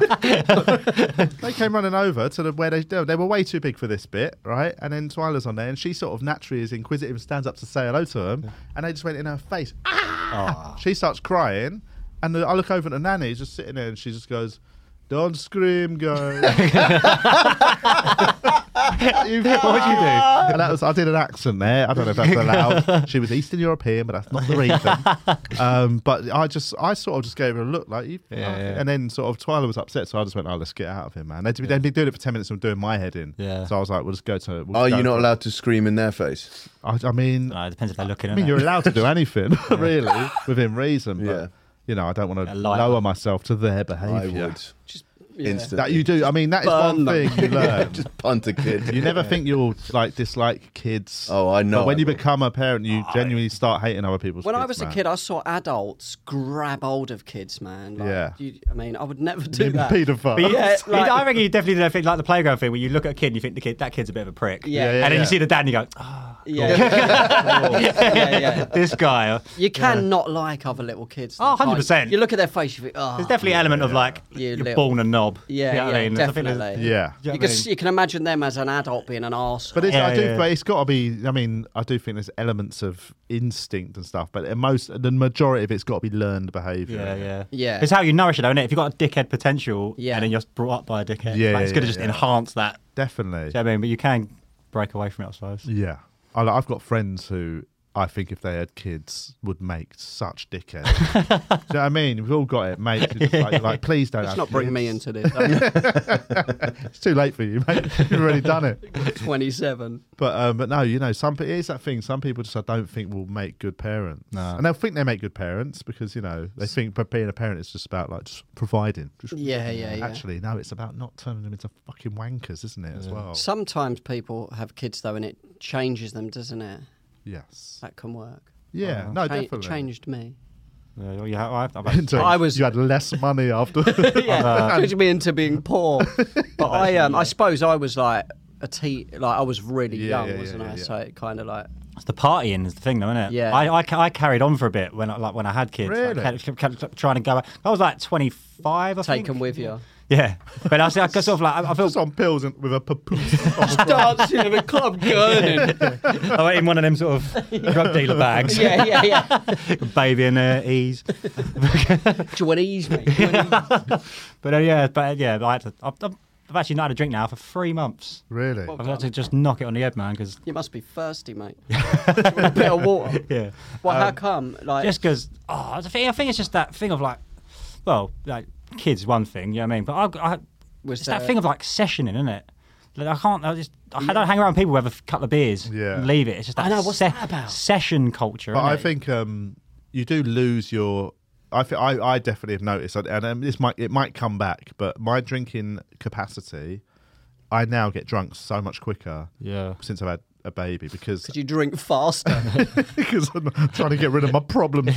we'll- they came running over to the where they they were way too big for this bit, right? And then Twyla's on there, and she sort of naturally is inquisitive and stands up to say hello to them, and they just went in her face. Ah! She starts crying, and the, I look over at the nanny, who's just sitting there, and she just goes. Don't scream, guys. you, what would you do? And that was, I did an accent there. I don't know if that's allowed. she was Eastern European, but that's not the reason. um, but I just, I sort of just gave her a look like, you,
yeah.
Oh, and then sort of Twyla was upset, so I just went, "Oh, let's get out of here, man." They'd, they'd been doing it for ten minutes and doing my head in.
Yeah.
So I was like, "We'll just go to." We'll
Are
go
Oh, you not
for-
allowed to scream in their face?
I, I mean,
no, Uh, it depends if they're looking.
I mean,
innit?
you're allowed to do anything really within reason. But,
Yeah.
You know, I don't want to
A liar.
lower myself to their
I
behaviour.
would.
Just,
Instantly.
That you do. I mean, that is
Burn
one
them.
thing you learn.
Just punt a kid.
You never think you'll like dislike kids.
Oh, I know
But when
I
you
will.
become a parent, you genuinely start hating other people's.
When I
kids,
was
man.
a kid, I saw adults grab hold of kids, man. Like,
Yeah.
You, I mean, I would never do that.
Paedophile.
But you-
Yeah,
you- I
like-
reckon you definitely do that thing, like the playground thing, where you look at a kid and you think the kid, that kid's a bit of a prick.
Yeah. Yeah,
yeah,
and then
yeah.
you see the dad and you go, "Ah,
Yeah. yeah, yeah.
this guy. uh,
You can not like other little kids.
Oh,
though, can't you?
100%.
You look at their face, you think, oh.
There's definitely an element of like
You
you are
little-
born a knob.
Yeah,
You know what I
yeah,
mean? There's- I think there's-
definitely.
Yeah.
Do you know
You
what I
can,
mean?
you can imagine them as an adult being an arse.
But it's,
Yeah,
I do,
yeah,
but
yeah.
it's got to be. I mean, I do think there's elements of instinct and stuff, but in most, the majority of it's got to be learned behaviour.
Yeah, yeah,
Yeah.
It's how you nourish it, though, isn't it? If you've got a dickhead potential,
Yeah.
and then you're brought up by a dickhead,
Yeah,
like, it's
yeah,
going to just
yeah.
enhance that.
definitely.
Do you know what I mean? But you can break away from it, I suppose.
Yeah, I, like, I've got friends who I think if they had kids would make such dickheads. do you know what I mean? We've all got it, mate. It's just like, like, please don't.
Let's
have
not bring me
kids.
into this. I'm
It's too late for you, mate. You've already done it.
27.
But um, but no, you know, some it is that thing. Some people just I don't think will make good parents, and they'll think they make good parents because you know they think but being a parent is just about like just providing. Just-
Yeah, yeah, yeah.
Actually, no, it's about not turning them into fucking wankers, isn't it? As well.
Sometimes people have kids, though, and it changes them, doesn't it?
yes.
That can work.
Yeah.
Uh-huh.
no,
Cha-
definitely.
It changed me.
Yeah, well, yeah, I've, I've
Into-
I was-
You had less money after.
yeah, pushed me into being poor. But I, um, I suppose I was like a tea, like I was really
Yeah,
young,
yeah, yeah,
wasn't
yeah,
I?
yeah.
So it kind of like
It's the partying is the thing, though, isn't it?
Yeah.
I, I, ca- I carried on for a bit when I, like when I had kids. Like,
Really?
kept- kept, kept, trying to go. out. I was like 25. I
Take
think.
them with you.
Yeah, but I was like, I sort of like I, I felt
on pills and with a papoose.
Dancing in a club, gurning.
I went in one of them sort of drug dealer bags.
Yeah, yeah, yeah.
Baby in uh, ease.
Do you want to ease me?
But uh, yeah, but uh, yeah, I had to, I've, I've I've actually not had a drink now for three months.
Really?
I've had to just knock it on the head, man, because
You must be thirsty, mate. a bit of water.
Yeah.
Well, how
Um,
come? Like,
just because oh, I think, I think it's just that thing of like, well, like kids, one thing, you know what I mean. But I, I
Was
it's that
there-
thing of like sessioning, isn't it? Like, I can't. I just I don't hang around people who have a f- couple of beers. Yeah. And leave it. It's just that,
I know, what's
se-
that about?
session culture.
But
innit?
I think um, you do lose your. I, thi- I I definitely have noticed, and um, this might it might come back, but my drinking capacity, I now get drunk so much quicker.
Yeah.
Since I've had a baby, because
could you drink faster?
because I'm trying to get rid of my problems.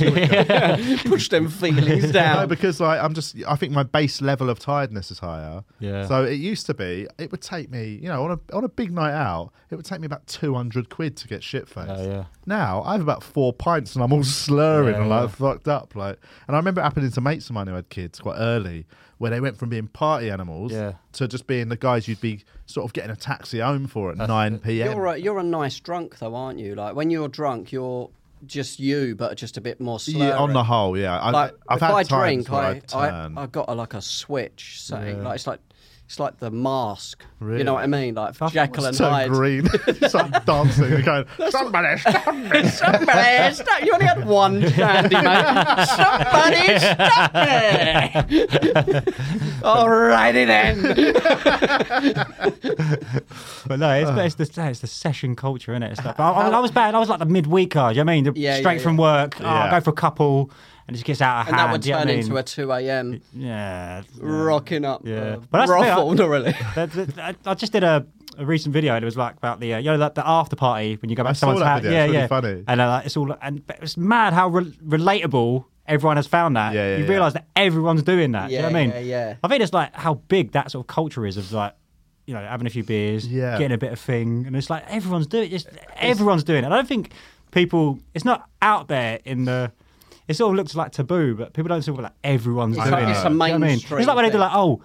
Push them feelings
No,
down.
because like I'm just, I think my base level of tiredness is higher.
Yeah.
So it used to be, it would take me, you know, on a on a big night out, it would take me about two hundred quid to get shit faced.
Oh, yeah.
Now I have about four pints and I'm all slurring
Yeah,
and like
yeah.
fucked up. Like, and I remember it happening to mates of mine who had kids quite early, where they went from being party animals
Yeah.
to just being the guys you'd be sort of getting a taxi home for at nine p.m.
You're a, you're a nice drunk though, aren't you? Like when you're drunk, you're just you, but just a bit more slurry.
Yeah, on the whole, yeah. I've,
like,
I've
if
had
I
times
drink,
where
I,
I
I,
turn.
I got a, like a switch saying
Yeah.
like it's like it's like the mask. You
Really?
know what I mean? Like
Fuck,
Jekyll and
so
Hyde.
green, start dancing, and going, somebody, somebody,
Somebody stop- You only had one candy, mate. Somebody stop me! Alrighty then.
But no, it's, but it's, the, it's the session culture, innit? It's like, but I, I was bad. I was like the midweek card, you know what I mean? The-
Yeah,
straight
yeah,
from
yeah.
work, oh,
Yeah.
go for a couple, and it just gets out of
And that
hand.
would
you know
turn
what I
into
mean?
a 2 a.m.
Yeah.
rocking up.
Yeah.
Yeah.
But that's the thing, I-
ruffle, not really.
That- that- that- I just did a, a recent video and it was like about the uh, you know like the after party when you go back
I
to someone's
saw that
house.
video,
Yeah,
it's really
yeah.
funny.
And uh, like, it's all and but it's mad how re- relatable everyone has found that.
Yeah, yeah,
you
yeah.
realise that everyone's doing that. do you know what I mean?
Yeah, yeah, yeah.
I think it's like how big that sort of culture is of like. You know, having a few beers,
Yeah.
getting a bit of thing, and it's like everyone's doing it. Just everyone's doing it. I don't think people. It's not out there in the. It sort of looks like taboo, but people don't sort of like everyone's
It's
doing
like-
it.
it's a
Do you know what I mean?
mainstream
It's like when they do
thing.
like, oh,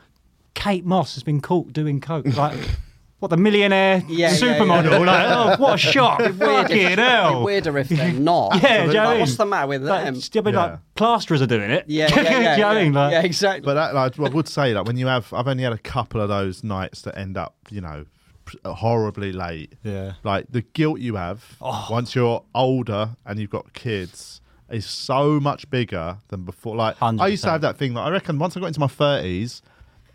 Kate Moss has been caught doing coke. Like, what the millionaire
Yeah, yeah,
supermodel?
yeah.
Like, oh, what a shock!
Weird
Fucking
if,
hell!
weirder if they're not.
Yeah, do you know what I
Like,
mean?
what's the matter with
Like,
them?
just- I mean,
Yeah.
like plasterers are doing it.
Yeah, yeah, yeah.
do you know what I
yeah.
mean? Like,
yeah, exactly.
But that, like, I would say that when you have, I've only had a couple of those nights that end up, you know, horribly late.
Yeah.
Like the guilt you have
Oh,
once you're older and you've got kids is so much bigger than before. Like I used to
100%.
have that thing. Like I reckon once I got into my thirties,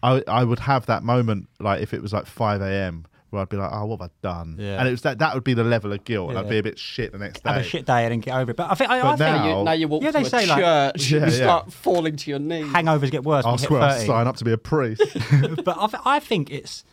I I would have that moment. Like if it was like five a.m. where I'd be like, oh, what have I done?
Yeah.
And it was that that would be the level of guilt. and I'd
Yeah.
be a bit shit the next day.
have a shit day and then get over it. But I think I, I
But
think
now-
you, now you walk
Yeah,
to
they
a
say, like-
church,
Yeah,
you
yeah.
start falling to your knees.
hangovers get worse.
I
when you hit
swear, I
30.
sign up to be a priest.
but I, th- I think it's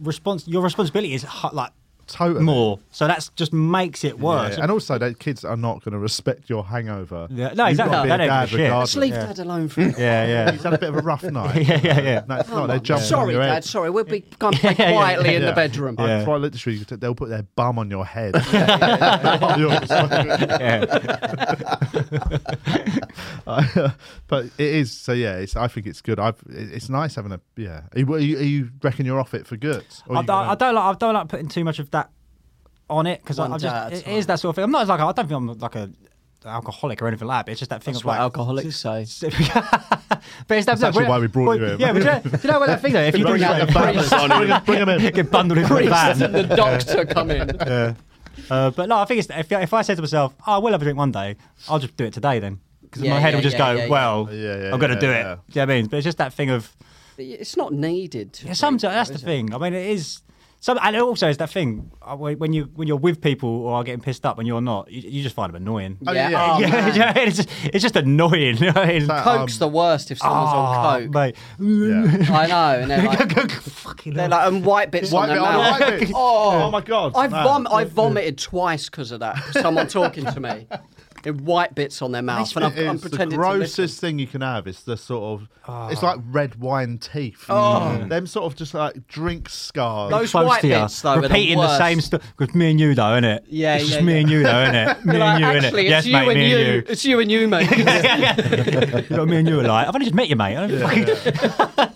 respons- Your responsibility is hu- like
Totally.
more. So that's just makes it worse.
Yeah, And also, that kids are not going to respect your hangover.
Yeah, no,
You've
exactly.
gotta be
They
a
don't give a
dad
shit.
regardless.
Just leave Dad alone for a minute.
yeah, yeah.
He's had a bit of a rough night.
Yeah, yeah, yeah.
No, it's not. They jump
Sorry,
on your
Dad.
head.
Sorry, we'll be gone play
yeah,
quietly in
Yeah.
the bedroom.
I
Yeah.
try literally, they'll put their bum on your head.
yeah.
but it is so. Yeah, it's, I think it's good. I've, it- it's nice having a yeah. Are you, are you, are you reckon you're off it for good? Or
I,
you
don't-
gonna-
I don't like I don't like putting too much of that on it because
One
I'm
day
just
at a
it is that sort of thing. I'm not like I don't think I'm like a alcoholic or anything like that. But it's just that thing
That's
of
what
like
alcoholics say.
but it's that,
That's actually why we brought you here.
Yeah, but do you know, do you know what that thing though? If you do
Bring out
that,
the banners on you. Bring 'em in.
get bundled into a
Priest and
van.
the doctor come in.
Uh, but no, I think it's, if if I said to myself, oh, I will have a drink one day, I'll just do it today then. Because
Yeah,
my head
yeah,
will just
yeah,
go,
yeah, yeah.
well,
Yeah, yeah,
I'm gonna
yeah,
do it.
yeah.
Do you know what I mean? But it's just that thing of
It's not needed. to
Yeah, sometimes
drink,
that's
though,
the
is it?
thing. I mean, it is. Some, and it also is that thing uh, when when you when you're with people or are getting pissed up and you're not, you, you just find them annoying.
Oh,
Yeah.
yeah.
Oh,
yeah,
man.
yeah, it's just it's just annoying. you know what I mean?
That- um,
Coke's the worst if someone's
Ah,
on coke.
mate.
Yeah.
I know, and they're like,
Fucking
they're
hell.
like, and white bits on
White
their
bit on
mouth.
a white bit.
Oh,
Oh my God.
I
No.
vom- I vomited twice because of that. Someone talking to me. in white bits on their mouth, and I'm,
It
I'm
is.
pretending
the
to
grossest
listen.
thing you can have is the sort of it's
Ah.
like red wine teeth. Mm.
Oh.
Them sort of just like drink scars.
Those white bits, though, are the
repeating the
worst.
same stuff with me and you though, innit?
Yeah,
it's
yeah,
just me
yeah.
and you though, innit? Me
You're
and
like,
you, innit?
actually,
yes,
it's you
mate,
and
me
you.
and you.
It's you and you, mate.
you know, me and you are like, I've only just met you, mate. I don't fucking-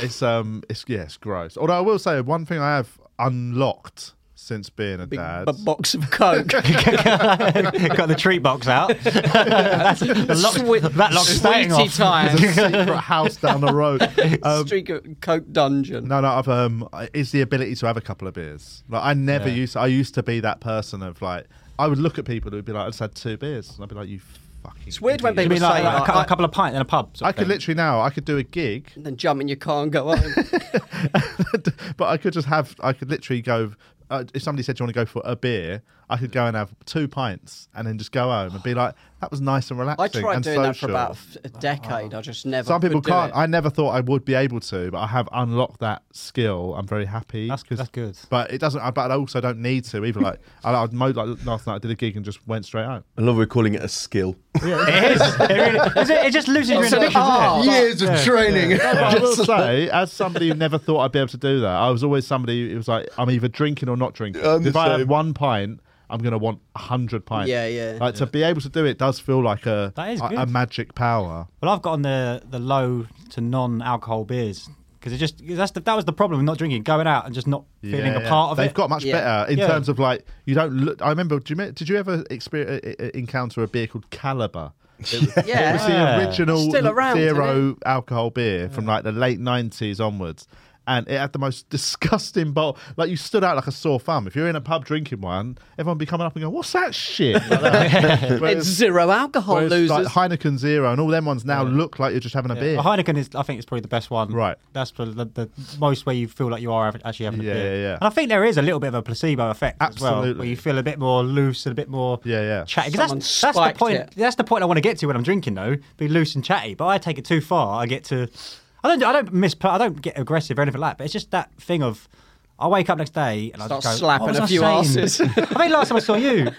It's um, it's yeah, it's gross. Although I will say one thing I have unlocked since being a dad:
a box of coke.
Got the treat box out. That's, the lock, that lock's staying
sweetie
off.
time.
There's a secret house down the road. Um,
Um, Street co- coke dungeon.
No, no, I've um, is the ability to have a couple of beers. Like I never
Yeah.
used. I used to be that person of like I would look at people who'd be like, I just had two beers, and I'd be like, you fucking.
It's weird when
You
people
mean
say
like, like a,
like,
cou-
I-
a couple of pints in a pub? sort
I
of
could
thing?
literally now. I could do a gig,
and then jump in your car and go home.
but I could just have. I could literally go. Uh, if somebody said, "Do you want to go for a beer?" I could go and have two pints and then just go home and be like, "That was nice and
I
relaxing."
tried
and
doing that
social.
for about f- a decade. I just never.
Some people
could do
can't.
it.
I never thought I would be able to, but I have unlocked that skill. I'm very happy. That's,
that's good.
But it doesn't. I- But I also don't need to either. Like I, I mo- like last night, I did a gig and just went straight home.
I love we're calling it a skill.
It is. It, really, is it, it just loses your
It's so
inhibition,
hard.
doesn't it?
Years of training.
No, but I will
Just-
say, as somebody who never thought I'd be able to do that, I was always somebody who was like, I'm either drinking or not drinking.
I'm the
if I have
same.
one pint, I'm going to want a hundred pints.
Yeah, yeah.
Like to be able to do it does feel like a
That is
a, a
good.
magic power.
Well, I've got on the the low to non-alcohol beers because it just 'cause that's the, that was the problem with not drinking, going out and just not feeling
Yeah,
a part of
They've
it.
got much
Yeah.
better in
Yeah.
terms of like you don't look. I remember. Do you me- did you ever experience, encounter a beer called Caliber? It was,
Yeah.
it was the
Yeah.
original
Still around,
zero alcohol beer from like the late nineties onwards, and it had the most disgusting bottle. Like you stood out like a sore thumb. If you're in a pub drinking one, everyone would be coming up and going, "What's that shit?" Like that.
It's
Whereas-
zero alcohol
whereas,
losers.
like Heineken Zero and all them ones now look like you're just having a beer.
A Heineken is, I think, it's probably the best one.
Right.
That's the, the, the most where you feel like you are hav- actually having
Yeah,
a beer.
yeah, yeah.
And I think there is a little bit of a placebo effect as well,
Absolutely.
where you feel a bit more loose and a bit more
Yeah, yeah.
chatty. 'Cause
Someone
That's, that's the
spiked
point.
it.
That's the point I want to get to when I'm drinking, though. Be loose and chatty. But I take it too far. I get to. I don't. I don't miss. I don't get aggressive or anything like that. But it's just that thing of. I wake up next day and I
Start
just go,
slapping
"What was
a
I
few
saying?"
asses.
I think last time I saw you,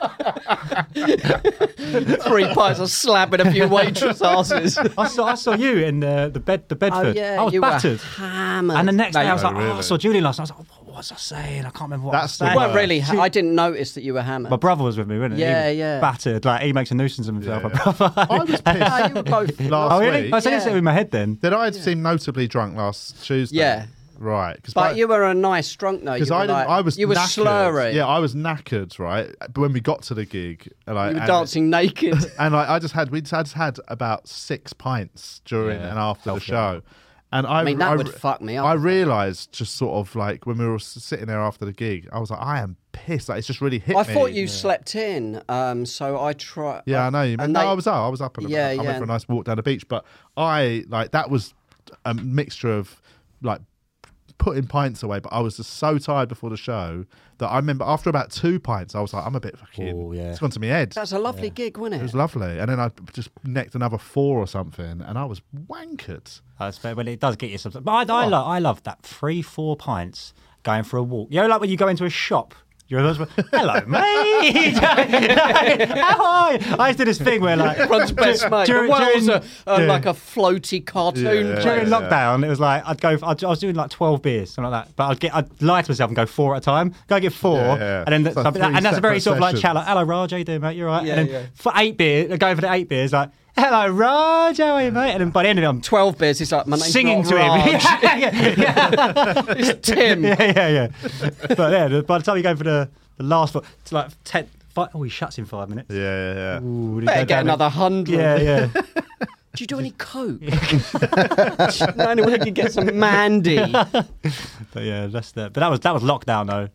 Three pints of slapping a few waitress asses.
I saw, I saw you in the the bed the Bedford. I was
Oh, you were
battered.
hammered.
And the next
No,
day, I
you
was like, oh, I
really?
saw Julian last night. I was like, what was I saying? I can't remember what
That's the
I was
weren't
saying.
worst.
really. Ha- I didn't notice that you were hammered.
My brother was with me, wasn't he?
Yeah,
he was
yeah.
Battered. Like, he makes a nuisance of himself, my brother.
I was
No, you were
pissed
both.
last
oh, really?
week.
I said
Yeah.
it with my head then.
That I had seemed notably drunk last Tuesday.
Yeah.
Right. Cause
But
by-
you were a nice drunk though.
because
You were
I didn't,
like-
I was
You were
knackered.
slurring.
Yeah, I was knackered, right? But when we got to the gig, and I
you were
and-
dancing naked.
and like, I just had we would I just had about six pints during
Yeah,
and after the
healthy.
show, and I,
mean, that
I
would fuck me up.
I realised just sort of like when we were sitting there after the gig, I was like, I am pissed. Like it's just really hit
I
me.
thought you slept in, um, so I tried.
Yeah, I know. You mean,
and
no,
they-
I was out. I was up and
Yeah,
about. I
yeah.
went for a nice walk down the beach, but I like that was a mixture of like putting pints away, but I was just so tired before the show that I remember after about two pints, I was like, I'm a bit fucking.
Oh, yeah.
It's gone to my head.
That's a lovely gig, wasn't
it
it?
was lovely, and then I just necked another four or something, and I was wankered.
I suppose, but it does get you something. But I, I, love, I love that. Three, four pints going for a walk. You know, like when you go into a shop. You're always like, hello, mate. How are you? I used to do this thing where, like,
Everyone's best mate.
during-
the world's
during-
a, a,
yeah.
like a floaty cartoon.
Yeah,
during
place.
yeah.
lockdown, it was like I'd go. I'd, I was doing like twelve beers, something like that. But I'd get, I'd lie to myself and go four at a time. Go get four,
Yeah, yeah.
and then
It's like
something-
three
and that's a very
separate
sort of like chat.
sessions.
Like, hello, Raj, how you doing, mate? You're right.
Yeah,
and then
yeah.
for eight beers, going for the eight beers, like hello, Raj, how are you, mate? And then by the end of it, I'm
Twelve beers. It's like my name's
singing
not
to
Raj,
him. yeah, yeah, yeah.
It's Tim.
yeah, yeah, yeah. But yeah, the- by the time you go for the, the last one, it's like ten. Five, oh, he shuts in five minutes.
Yeah, yeah, yeah.
Ooh, did he
Better
go
get
down
another
a-
hundred.
Yeah, yeah.
Do you do any coke? no, anyone who can get some Mandy.
But yeah, that's the. But that was that was lockdown though.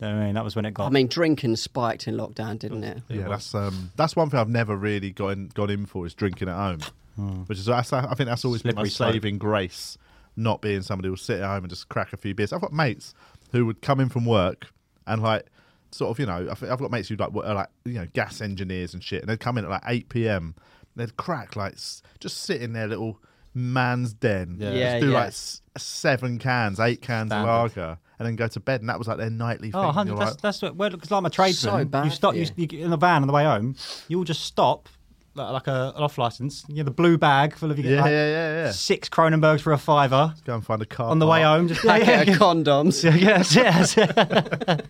I mean, that was when it got.
I mean, drinking spiked in lockdown, didn't it?
Yeah, that's um, that's one thing I've never really gone gone in for is drinking at home,
Hmm.
which is that's, I think that's always been my
Slippery slope.
saving grace, not being somebody who'll sit at home and just crack a few beers. I've got mates who would come in from work and like sort of you know I think I've got mates who like wo- are like you know gas engineers and shit, and they'd come in at like eight p.m. They'd crack like s- just sit in their little man's den.
Yeah.
Just
Yeah,
do
yeah.
like s- seven cans, eight cans
Standard.
of lager, and then go to bed. And that was like their nightly
Oh,
thing.
100,
You're
that's,
like,
that's what, well, because like my tradesman,
So bad
you stop,
for
you,
you.
you get in the van on the way home, you'll just stop, like, like a, an off license, you know, the blue bag full of, you get
Yeah,
like
yeah, yeah, yeah.
six Cronenbergs for a fiver.
go and find a car
On the way
park.
home, just
Packet of
condoms.
Yeah, yes, yes.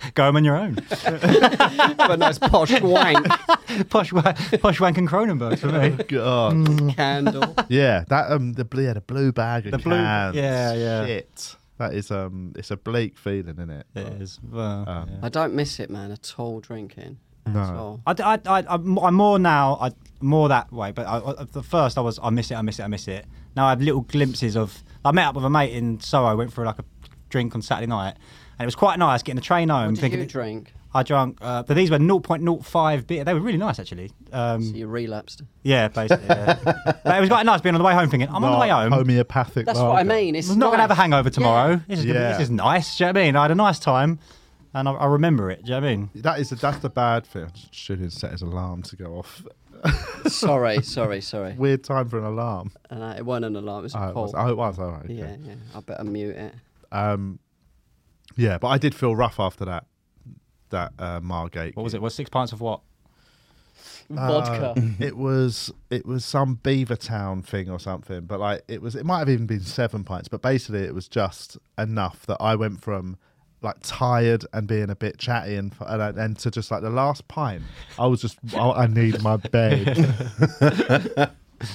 Go home on your own.
but no, it's posh wank.
posh, wa- posh wank and Cronenbergs for me.
God.
Candle.
yeah, that um, the blue, yeah, the blue bag of
The blue-
cans.
yeah, yeah.
Shit, that is um, it's a bleak feeling, isn't it?
It is. Well,
Oh.
I don't miss it, man, at all. Drinking. At
No.
all.
I, I, I, I'm I'm more now, I, more that way. But I, I, at the first, I was, I miss it, I miss it, I miss it. Now I have little glimpses of. I met up with a mate in Soho, went for like a drink on Saturday night, and it was quite nice getting the train home.
What did
thinking
you drink?
I drank, uh, but these were 0.05 beer. They were really nice, actually. Um,
You relapsed.
yeah, basically. yeah. but it was quite nice being on the way home, thinking I'm on the
Not
way home.
Homeopathic.
That's what I mean. It's
I'm not going to have a
nice.
hangover tomorrow. This, is gonna be-
Yeah.
this is nice. Do you know what I mean? I had a nice time, and I, I remember it. Do you know what I mean?
That is that's the bad thing. Should have set his alarm to go off.
sorry, sorry, sorry.
Weird time for an alarm.
And I, it wasn't an alarm. It was a
Oh, it
call.
was, oh, it was. All right. okay.
Yeah, yeah. I better mute it.
Um, yeah, but I did feel rough after that. That uh, Margate.
What was it? Was six pints of what?
Vodka.
it was it was some Beaver Town thing or something, but like it was it might have even been seven pints, but basically it was just enough that I went from like tired and being a bit chatty and and, and to just like the last pint, I was just I, I need my bed. I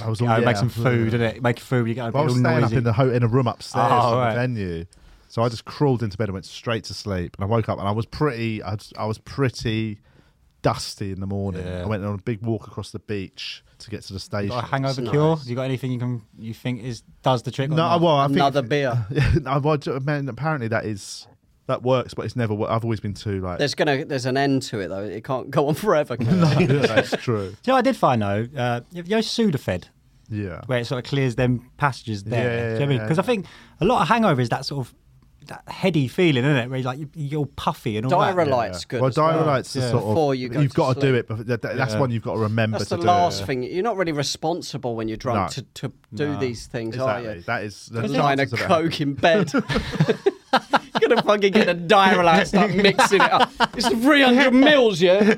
was
You know,
all,
make
yeah.
some food, did it? Make food. You get a
Well, I was
little
staying
noisy.
up in the ho- in a room upstairs
Oh,
at the
right.
venue, so I just crawled into bed and went straight to sleep. And I woke up and I was pretty, I, was- I was pretty dusty in the morning.
Yeah.
I went on a big walk across the beach to get to the
You
station.
got a hangover cure? You got anything you can you think is does the trick? or
No,
not?
well, I think
Another beer.
no, well, I mean, apparently that is that works, but it's never. wor- I've always been too like.
There's gonna. There's an end to it though. It can't go on forever. Can it?
that's true.
Do you know, what I did find though. Uh, you know, Sudafed,
Yeah.
where it sort of clears them passages there.
Yeah,
Do you know what I mean?
yeah,
Because I
yeah.
think a lot of hangover is that sort of that heady feeling, isn't it? Where you're like you- you're all puffy and all that.
Diarrhelight's good.
well,
as well.
diarrhelight's the
Yeah.
sort of
Before you go
have
to
got to do
sleep.
it. But that, that's
Yeah.
one you've got to remember
That's
to
the
do.
last
it.
thing. You're not really responsible when you're drunk
No.
to, to do
No.
these things, are
Exactly.
you?
That is the
A line of
chances it
coke in bed. gonna fucking get a diarrhea out, start mixing it up. It's 300 mils, yeah.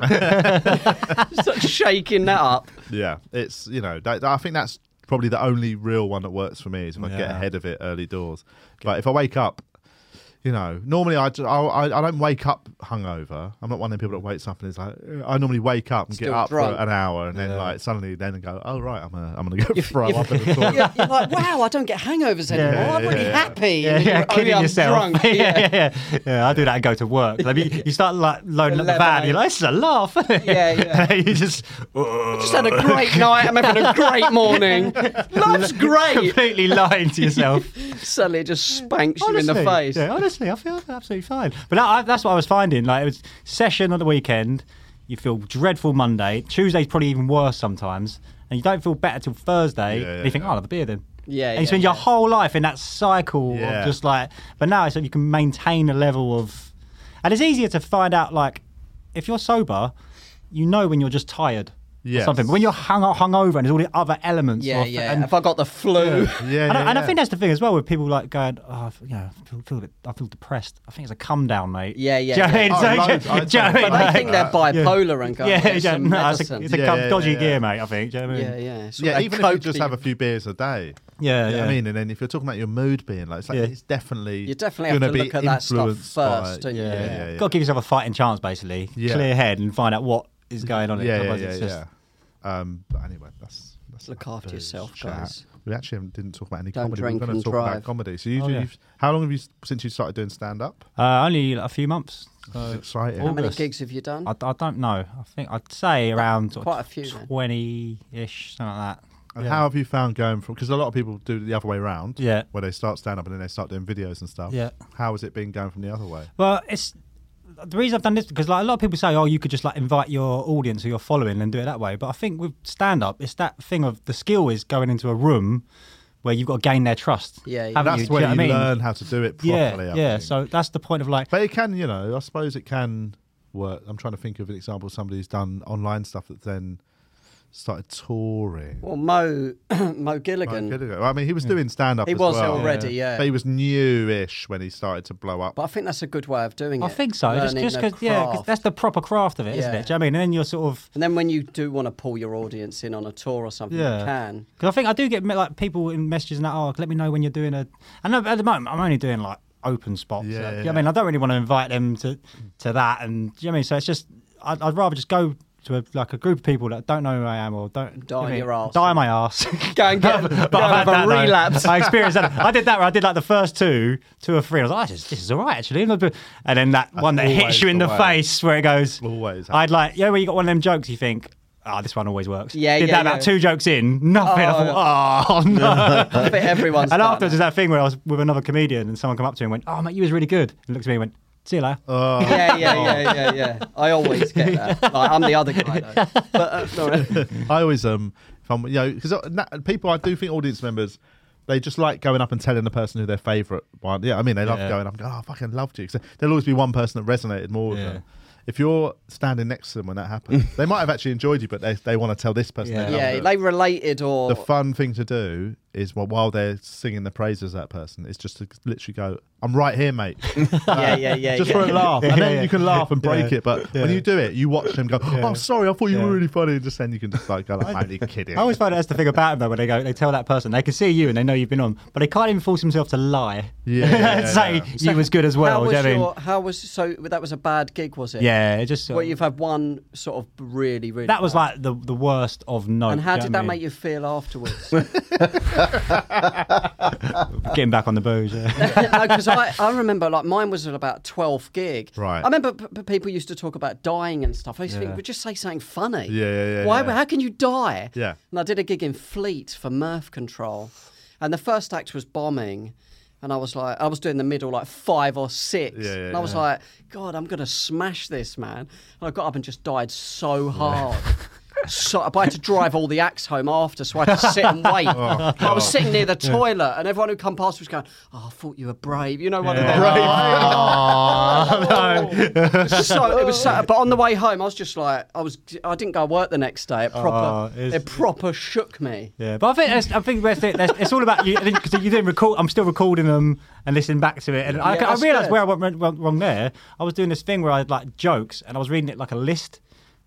start shaking that up.
Yeah, it's you know that, I think that's probably the only real one that works for me is if I get
Yeah.
ahead of it early doors. But if I wake up, you know, normally I, ju- I I I don't wake up hungover. I'm not one of the people that wakes up and is like "Eh." I normally wake up and
Still
get up
drunk.
for an hour and then
Yeah.
like suddenly then go oh right I'm gonna I'm gonna go
You've-
throw
you've-
up in the toilet.
You're, you're like, wow, I don't get hangovers anymore. I'm
yeah,
really
yeah.
happy.
Yeah,
And then
yeah,
you're- oh,
kidding
I'm
yourself.
drunk,
yeah, yeah, yeah, yeah. I do that and go to work. Like, you, you start like loading up the van.
Lemonade.
You're like, this is a laugh. isn't it?"
Yeah, yeah.
you just
Just had a great night. I'm having a great morning. Life's great.
completely lying to yourself.
Suddenly, it just spanks you in the
Honestly,
face.
Yeah, honestly, I feel absolutely fine. But that, I, that's what I was finding. Like it was session on the weekend. You feel dreadful Monday. Tuesday's probably even worse sometimes, and you don't feel better till Thursday.
Yeah, yeah,
and you think, oh, I'll have a beer then.
Yeah,
and
yeah,
you spend your
yeah.
whole life in that cycle
Yeah.
of just like. But now it's like you can maintain a level of, and it's easier to find out like if you're sober, you know when you're just tired. or
Yes.
Something, but when you're hung hungover and there's all the other elements.
Yeah,
of-
yeah.
and
Have I got the flu?
yeah,
and, I,
yeah,
and I
yeah.
think that's the thing as well with people like going, oh, I f- you know, I feel, feel a bit, I feel depressed. I think it's a come down, mate.
Yeah, yeah,
Do you know
yeah.
what I mean?
Oh,
So-
loads. I
do you know what
But
I mean?
they
Like-
think they're
Uh,
bipolar and go,
yeah,
yeah,
yeah, no, it's a,
medicine.
it's a
Yeah,
cum-
yeah,
dodgy
yeah.
gear, mate. I think. Do you know what I mean?
Oh, yeah, yeah. It's
Yeah,
like
even if you
coke
just
that
have a few beers a day.
Yeah,
You know what
yeah.
I mean, and then if you're talking about your mood being like, it's like it's definitely
You definitely have
gonna
to
be
look at that stuff
influenced by-
first, don't you?
yeah,
Yeah.
yeah, yeah.
Got to give yourself a fighting chance, basically.
Yeah.
Clear head and find out what is going on.
yeah, yeah,
Otherwise
yeah,
it's just-
yeah. Um, but anyway, that's, that's
Look
enough
after
booze
yourself,
chat.
guys.
We actually haven't- didn't talk about any
Don't
comedy. We
drink
We're going to
and
talk about
drive.
comedy. So you,
Oh,
do-
yeah.
you've, how long have you since you started doing stand up?
Uh, only a few months.
It's exciting.
How many
August.
gigs have you done?
I, I don't know. I think I'd say around sort of
Quite a few, then.
twenty-ish, something like that.
And how have you found going from? Because a lot of people do it the other way around.
Yeah.
Where they start stand up and then they start doing videos and stuff.
Yeah.
How has it been going from the
Oh,
other way?
Well, it's the reason I've done this because like a lot of people say, oh, you could just like invite your audience or your following and do it that way. But I think with stand up, it's that thing of the skill is going into a room where you've got to gain their trust.
Yeah, yeah.
haven't
That's
you? Do
where
you,
you,
know what I mean?
learn how to do it properly.
Yeah,
I
yeah.
think.
So that's the point of like,
But it can, you know, I suppose it can work. I'm trying to think of an example of somebody who's done online stuff that then started touring.
Well, Mo Mo Gilligan.
Well, I mean, he was doing stand up.
He was
Oh,
already, yeah.
But he was newish when he started to blow up.
But I think that's a good way of doing
I
it.
think so. Just,
Learning
just
the
because, yeah, 'cause
craft.
that's the proper craft of it, not
Yeah.
it? Do you know what I mean? And then you're sort of,
And then when you do want to pull your audience in on a tour or something, you
yeah.
can.
Because I think I do get me- like people in messages and that, oh, let me know when you're doing a. And at the moment, I'm only doing like open spots. Yeah. Do you know what I mean? I don't really want to invite them to, to that. And do you know what I mean? So it's just, I'd, I'd rather just go. To a, like a group of people that don't know who I am or don't
Die
I mean,
your arse.
die my ass.
Go and get, but,
I've had that, though.
relapse.
I experienced that. I did that. Where I did like the first two, two or three. and I was like, oh, this, is- this is all right actually. And then that one that hits
always
you in
the
the,
way.
face, where it goes.
Always
I'd like, yeah, where you got one of them jokes, you think. Ah, this one always works.
Yeah,
Did
yeah,
that about
yeah.
two jokes in, nothing. I thought, oh no.
I think everyone's
and
done
afterwards, there's that thing where I was with another comedian, and someone come up to me and went, "Oh, mate, you was really good." And looked at me and went, "See you later."
yeah, yeah, yeah, yeah, yeah. I always get that. Like, I'm the other guy, though. But, uh, sorry.
I always um, if I'm you know, because people I do think audience members. They just like going up and telling the person who their favourite one. Yeah, I mean, they love
Yeah.
going up and going, oh, I fucking loved you. 'Cause there'll always be one person that resonated more with
Yeah.
them. If you're standing next to them when that happens, they might have actually enjoyed you, but they, they want to tell this person. They
Yeah,
loved
they
them.
related or.
the fun thing to do is wh- while they're singing the praises of that person, is just to literally go, I'm right here, mate.
yeah, yeah, yeah.
just
yeah.
for a laugh. And
Yeah,
then
yeah.
you can laugh and break
Yeah.
it. But when
Yeah.
you do it, you watch them go, oh, I'm sorry, I thought you were really funny. And just then you can just like go, like, I'm only kidding.
I always find that's the thing about them though, when they go, they tell that person they can see you and they know you've been on, but they can't even force themselves to lie.
Yeah, yeah,
and say
yeah.
you was good as
How
well. do
was,
you know what I mean?
your, how was so that was a bad gig, was it?
Yeah, it just sort
Well,
of-
you've had one sort of really, really.
that was
bad.
like the the worst of no.
And how
do you
did
know
that
what I
make
mean?
you feel afterwards?
Getting back on the booze. Yeah.
because I, I remember like mine was at about 12th gig.
Right.
I remember p- p- people used to talk about dying and stuff. I used to
Yeah.
think, well, just say something funny.
Yeah, yeah, yeah,
Why?
yeah.
How can you die?
Yeah.
And I did a gig in Fleet for Mirth Control, and the first act was bombing. And I was like, I was doing the middle like five or six.
Yeah, yeah,
and I was
yeah.
like, God, I'm going to smash this, man. And I got up and just died so hard. So I had to drive all the acts home after, so I had to sit and wait.
Oh.
I was sitting near the toilet, and everyone who come past was going, "Oh, I thought you were brave." You know what?
Yeah. Oh, no.
so it was so, but on the way home, I was just like, I was, I didn't go work the next day. It proper,
Oh, it's-
it proper shook me.
Yeah, but I think that's, I think that's it. That's, it's all about you. I think- 'cause you didn't record. I'm still recording them and listening back to it. And I,
Yeah,
I
that's
realized
good.
where I went wrong, wrong- wrong there. I was doing this thing where I had like jokes and I was reading it like a list.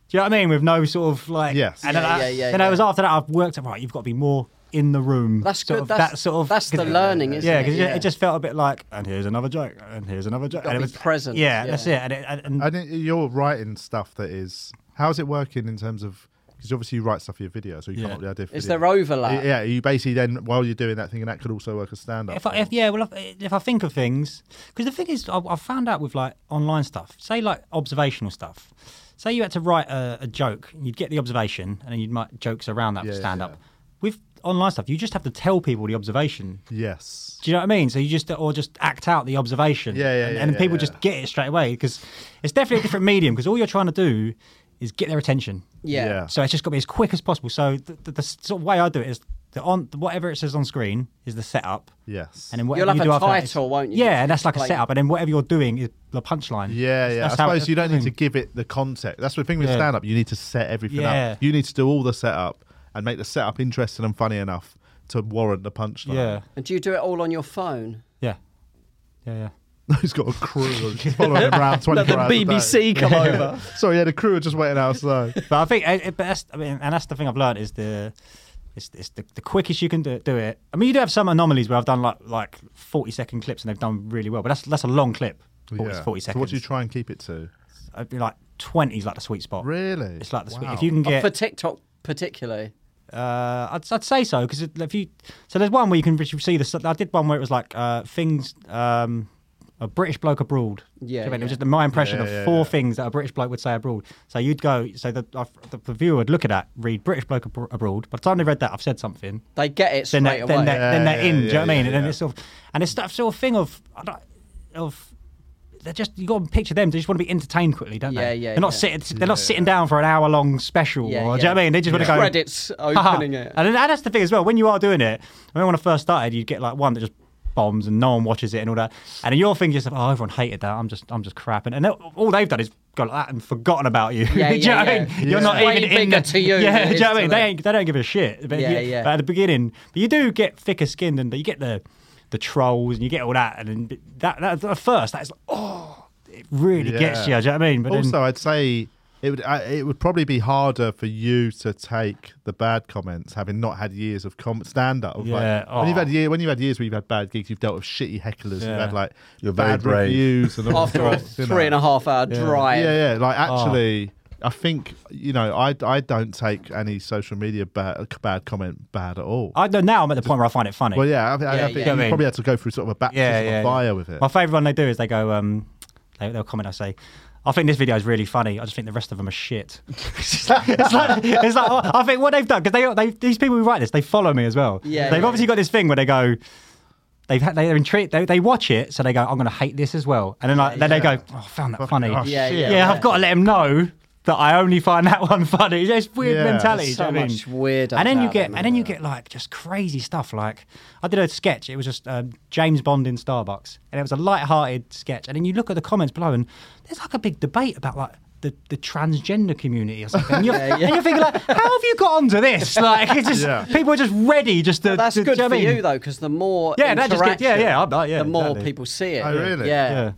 Do you know what I mean? With no sort of like.
Yes.
And then,
Yeah,
I,
yeah, yeah,
then
yeah.
I was after that. I've worked out right. You've got to be more in the room.
That's
sort
good.
Of,
That's-
that sort of.
that's the
'cause it-
learning, isn't
yeah,
it?
Yeah,
Yeah.
it just felt a bit like. And here's another joke. And here's another joke.
gotta
And it
be
was
present,
Yeah,
yeah.
that's it. And, it, and, and
And it- you're writing stuff that is, how's it working in terms of, because obviously you write stuff for your video, so you
Yeah.
come up with the idea for
Is
video.
there overlap?
Yeah, you basically then, while you're doing that thing, and that could also work as stand up.
If I, if, yeah, well, if, if I think of things, because the thing is, I, I found out with like online stuff, say like observational stuff. Say you had to write a, a joke, and you'd get the observation, and then you'd make jokes around that
Yeah, yeah,
stand up.
yeah.
With online stuff, you just have to tell people the observation.
yes.
Do you know what I mean? So you just or just act out the observation.
Yeah, yeah,
And,
yeah,
and
yeah,
people
yeah.
just get it straight away because it's definitely a different medium. Because all you're trying to do is get their attention.
Yeah.
Yeah.
So it's just got to be as quick as possible. So the, the, the sort of way I do it is the on whatever it says on screen is the setup.
Yes.
And then whatever
You'll
you
have
do
a
after that is-
title, won't you?
Yeah, and that's like a
Like-
setup, and then whatever you're doing is the punchline.
Yeah, yeah.
That's
I
how it-
suppose you don't need to
thing.
give it the context. That's the thing with
Yeah.
stand up. You need to set everything
Yeah.
up. You need to do all the setup and make the setup interesting and funny enough to warrant the punchline.
Yeah,
And do you do it all on your phone?
yeah, yeah, yeah.
He's got a crew that's following him around 24 hours. a day.
come over.
Sorry, yeah, the crew are just waiting outside.
But I think, eh, it, it, but that's, I mean, and that's the thing I've learned is the. It's, it's the, the quickest you can do, do it. I mean, you do have some anomalies where I've done like like forty second clips and they've done really well, but that's that's a long clip. 40,
Yeah.
40
So
seconds.
what do you try and keep it to?
I'd be like twenty is like the sweet spot.
Really?
It's like the sweet.
Wow.
If you can get
For TikTok particularly.
Uh, I'd, I'd say so because if you so there's one where you can re- see the I did one where it was like uh, things um, a British bloke abroad.
Yeah,
Do you know what I mean? it was
yeah.
just my impression
Yeah,
of
yeah,
four
yeah.
things that a British bloke would say abroad. So you'd go so the uh, the, the viewer would look at that, read British bloke abro- abroad. By the time they read that, I've said something.
They get it straight
Then they,
away.
then they then they're
Yeah,
in. do you know
yeah,
what I mean?
yeah,
and then
yeah.
it's sort of and it's that sort of thing of I don't, of. They're just you got to picture them. They just want to be entertained quickly, don't
Yeah,
they?
yeah,
They're not
yeah.
sitting. They're not sitting down for an hour long special.
Yeah,
or, Do you
yeah.
know what I mean? They just want to go.
Credits
Ha ha.
opening it.
And then- and that's the thing as well. When you are doing it, I mean, when I first started, you'd get like one that just bombs and no one watches it and all that. And then you're thinking to yourself, oh, everyone hated that. I'm just, I'm just crap. And, and they- all they've done is gone like that and forgotten about you.
Yeah,
do you know
yeah,
what I
yeah.
mean? You're
It's
not
way
even in
bigger
the,
to you
Yeah,
than it
do
is
you know what I
to
mean? They
them.
ain't, they don't give a shit. But,
Yeah,
you-
yeah.
but at the beginning, but you do get thicker skinned and you get the the trolls and you get all that. And then that, that at first, that's like, oh, it really gets you. Do you know what I mean? But
also,
then,
I'd say it would I, it would probably be harder for you to take the bad comments, having not had years of com- stand up.
Yeah,
Like, when you've
aw.
had year when you've had years where you've had bad gigs, you've dealt with shitty hecklers. You've
Yeah.
had like
You're very
bad
brave.
reviews and all
After a
sorts, you know.
three and a half hour
Yeah.
drive.
Yeah, yeah. Like
Oh.
actually, I think you know, I I don't take any social media bad, bad comment bad at all.
I know now I'm at the point where I find it funny.
Well, yeah, I, I, I
Yeah,
think
yeah.
you
I mean-
probably had to go through sort of a baptism
yeah,
of
yeah,
fire
yeah.
with it.
My favourite one they do is they go, um, they, they'll comment, I say, I think this video is really funny. I just think the rest of them are shit. it's like, it's like, it's like oh, I think what they've done because they, they, these people who write this, they follow me as well.
Yeah,
they've
yeah,
obviously got this thing where they go. They've had, they're intrigued. They, they watch it, so they go, "I'm going to hate this as well." And then, like, then they go, "Oh, I found that funny."
oh, Yeah, shit. yeah,
yeah,
yeah.
I've got to let them know that I only find that one funny. It's just weird
Yeah.
mentality.
There's
do you
so
know what I mean?
much weird
And then you
about
get,
them,
and then you get like just crazy stuff. Like I did a sketch. It was just um, James Bond in Starbucks, and it was a light-hearted sketch. And then you look at the comments below, and there's like a big debate about like. The, the transgender community or something. And you're,
Yeah, yeah.
and you're thinking like, how have you got onto this? Like, it's just
Yeah.
people are just ready just to.
That's
to- do
good
you know
for
what I mean?
you though, because the more
Yeah, that just get- yeah,
interaction,
yeah, I bet, yeah,
the more
exactly.
people see it.
Oh, really?
Yeah.
Yeah.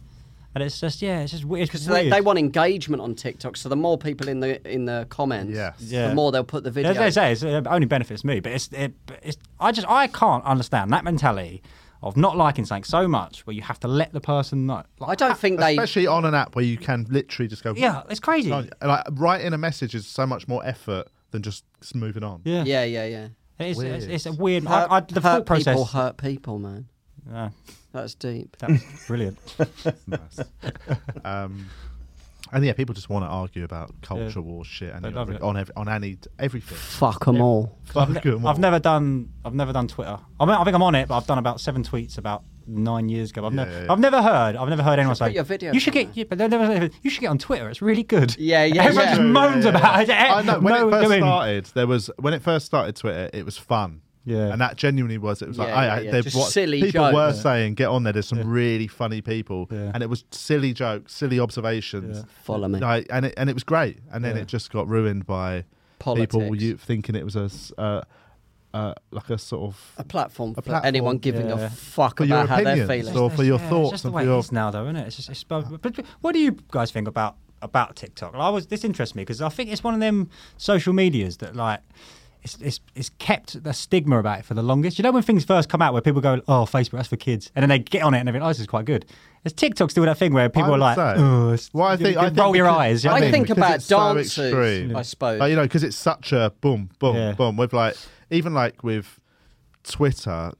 And it's just yeah, it's just weird. Because
They, they want engagement on TikTok, so the more people in the in the comments, the more they'll put the video.
As I say, it's, it only benefits me, but it's, it, but it's I just I can't understand that mentality of not liking something so much where you have to let the person know. Like,
I don't think they.
especially on an app where you can literally just go.
Yeah, it's crazy.
Like like, writing a message is so much more effort than just s- moving on.
Yeah.
Yeah, yeah, yeah.
It's- it's- it's a weird- I-
Hurt,
I- the
hurt
thought process-
people hurt people, man.
Yeah.
That's deep.
That's brilliant.
nice. Um, and yeah, people just want to argue about culture war shit and
They
you
love
know,
it.
on every, on any everything.
Fuck 'em all.
Fuck
I've, ne-
'em all.
I've never done I've never done Twitter. I, mean, I think I'm on it, but I've done about seven tweets about nine years ago. I've,
Yeah,
ne-
yeah, yeah.
I've never heard I've never heard anyone
should put
say
your videos
you should get yeah, but they never, you should get on Twitter. It's really good.
Yeah, yeah,
Everyone
yeah.
just moans
Yeah, yeah,
about it.
I know. When
No,
it first
I mean-
started, there was when it first started Twitter, it was fun.
Yeah,
and that genuinely was. It was like
Yeah,
I,
yeah,
I,
yeah.
there
Just
was-
silly
people were
jokes.
saying, "Get on there." There's some really funny people, and it was silly jokes, silly observations.
Follow me.
Like, and it and it was great. And then
Yeah.
it just got ruined by people
Politics.
you, thinking it was a. s- Uh, uh, like a sort of
A platform for anyone giving a fuck
for your
about how they're
opinions
feeling.
or
It's-
for your
Yeah,
thoughts
It's just the
and
way
for your
it is now, though, isn't it? It's just, it's, but, but what do you guys think about about TikTok? Like, I was this interests me because I think it's one of them social medias that like. It's, it's, it's kept the stigma about it for the longest. You know when things first come out where people go, oh, Facebook, that's for kids. And then they get on it and they think, oh, this is quite good. Is TikTok still that thing where people are
would
like,
say.
oh, it's,
Well, I
you
think
can
I think
roll your
because-
eyes. you know what I mean?
think
because
about
it's so
dancers,
extreme.
I suppose.
Like, you know, because it's such a boom, boom, boom. With like, even like with Twitter,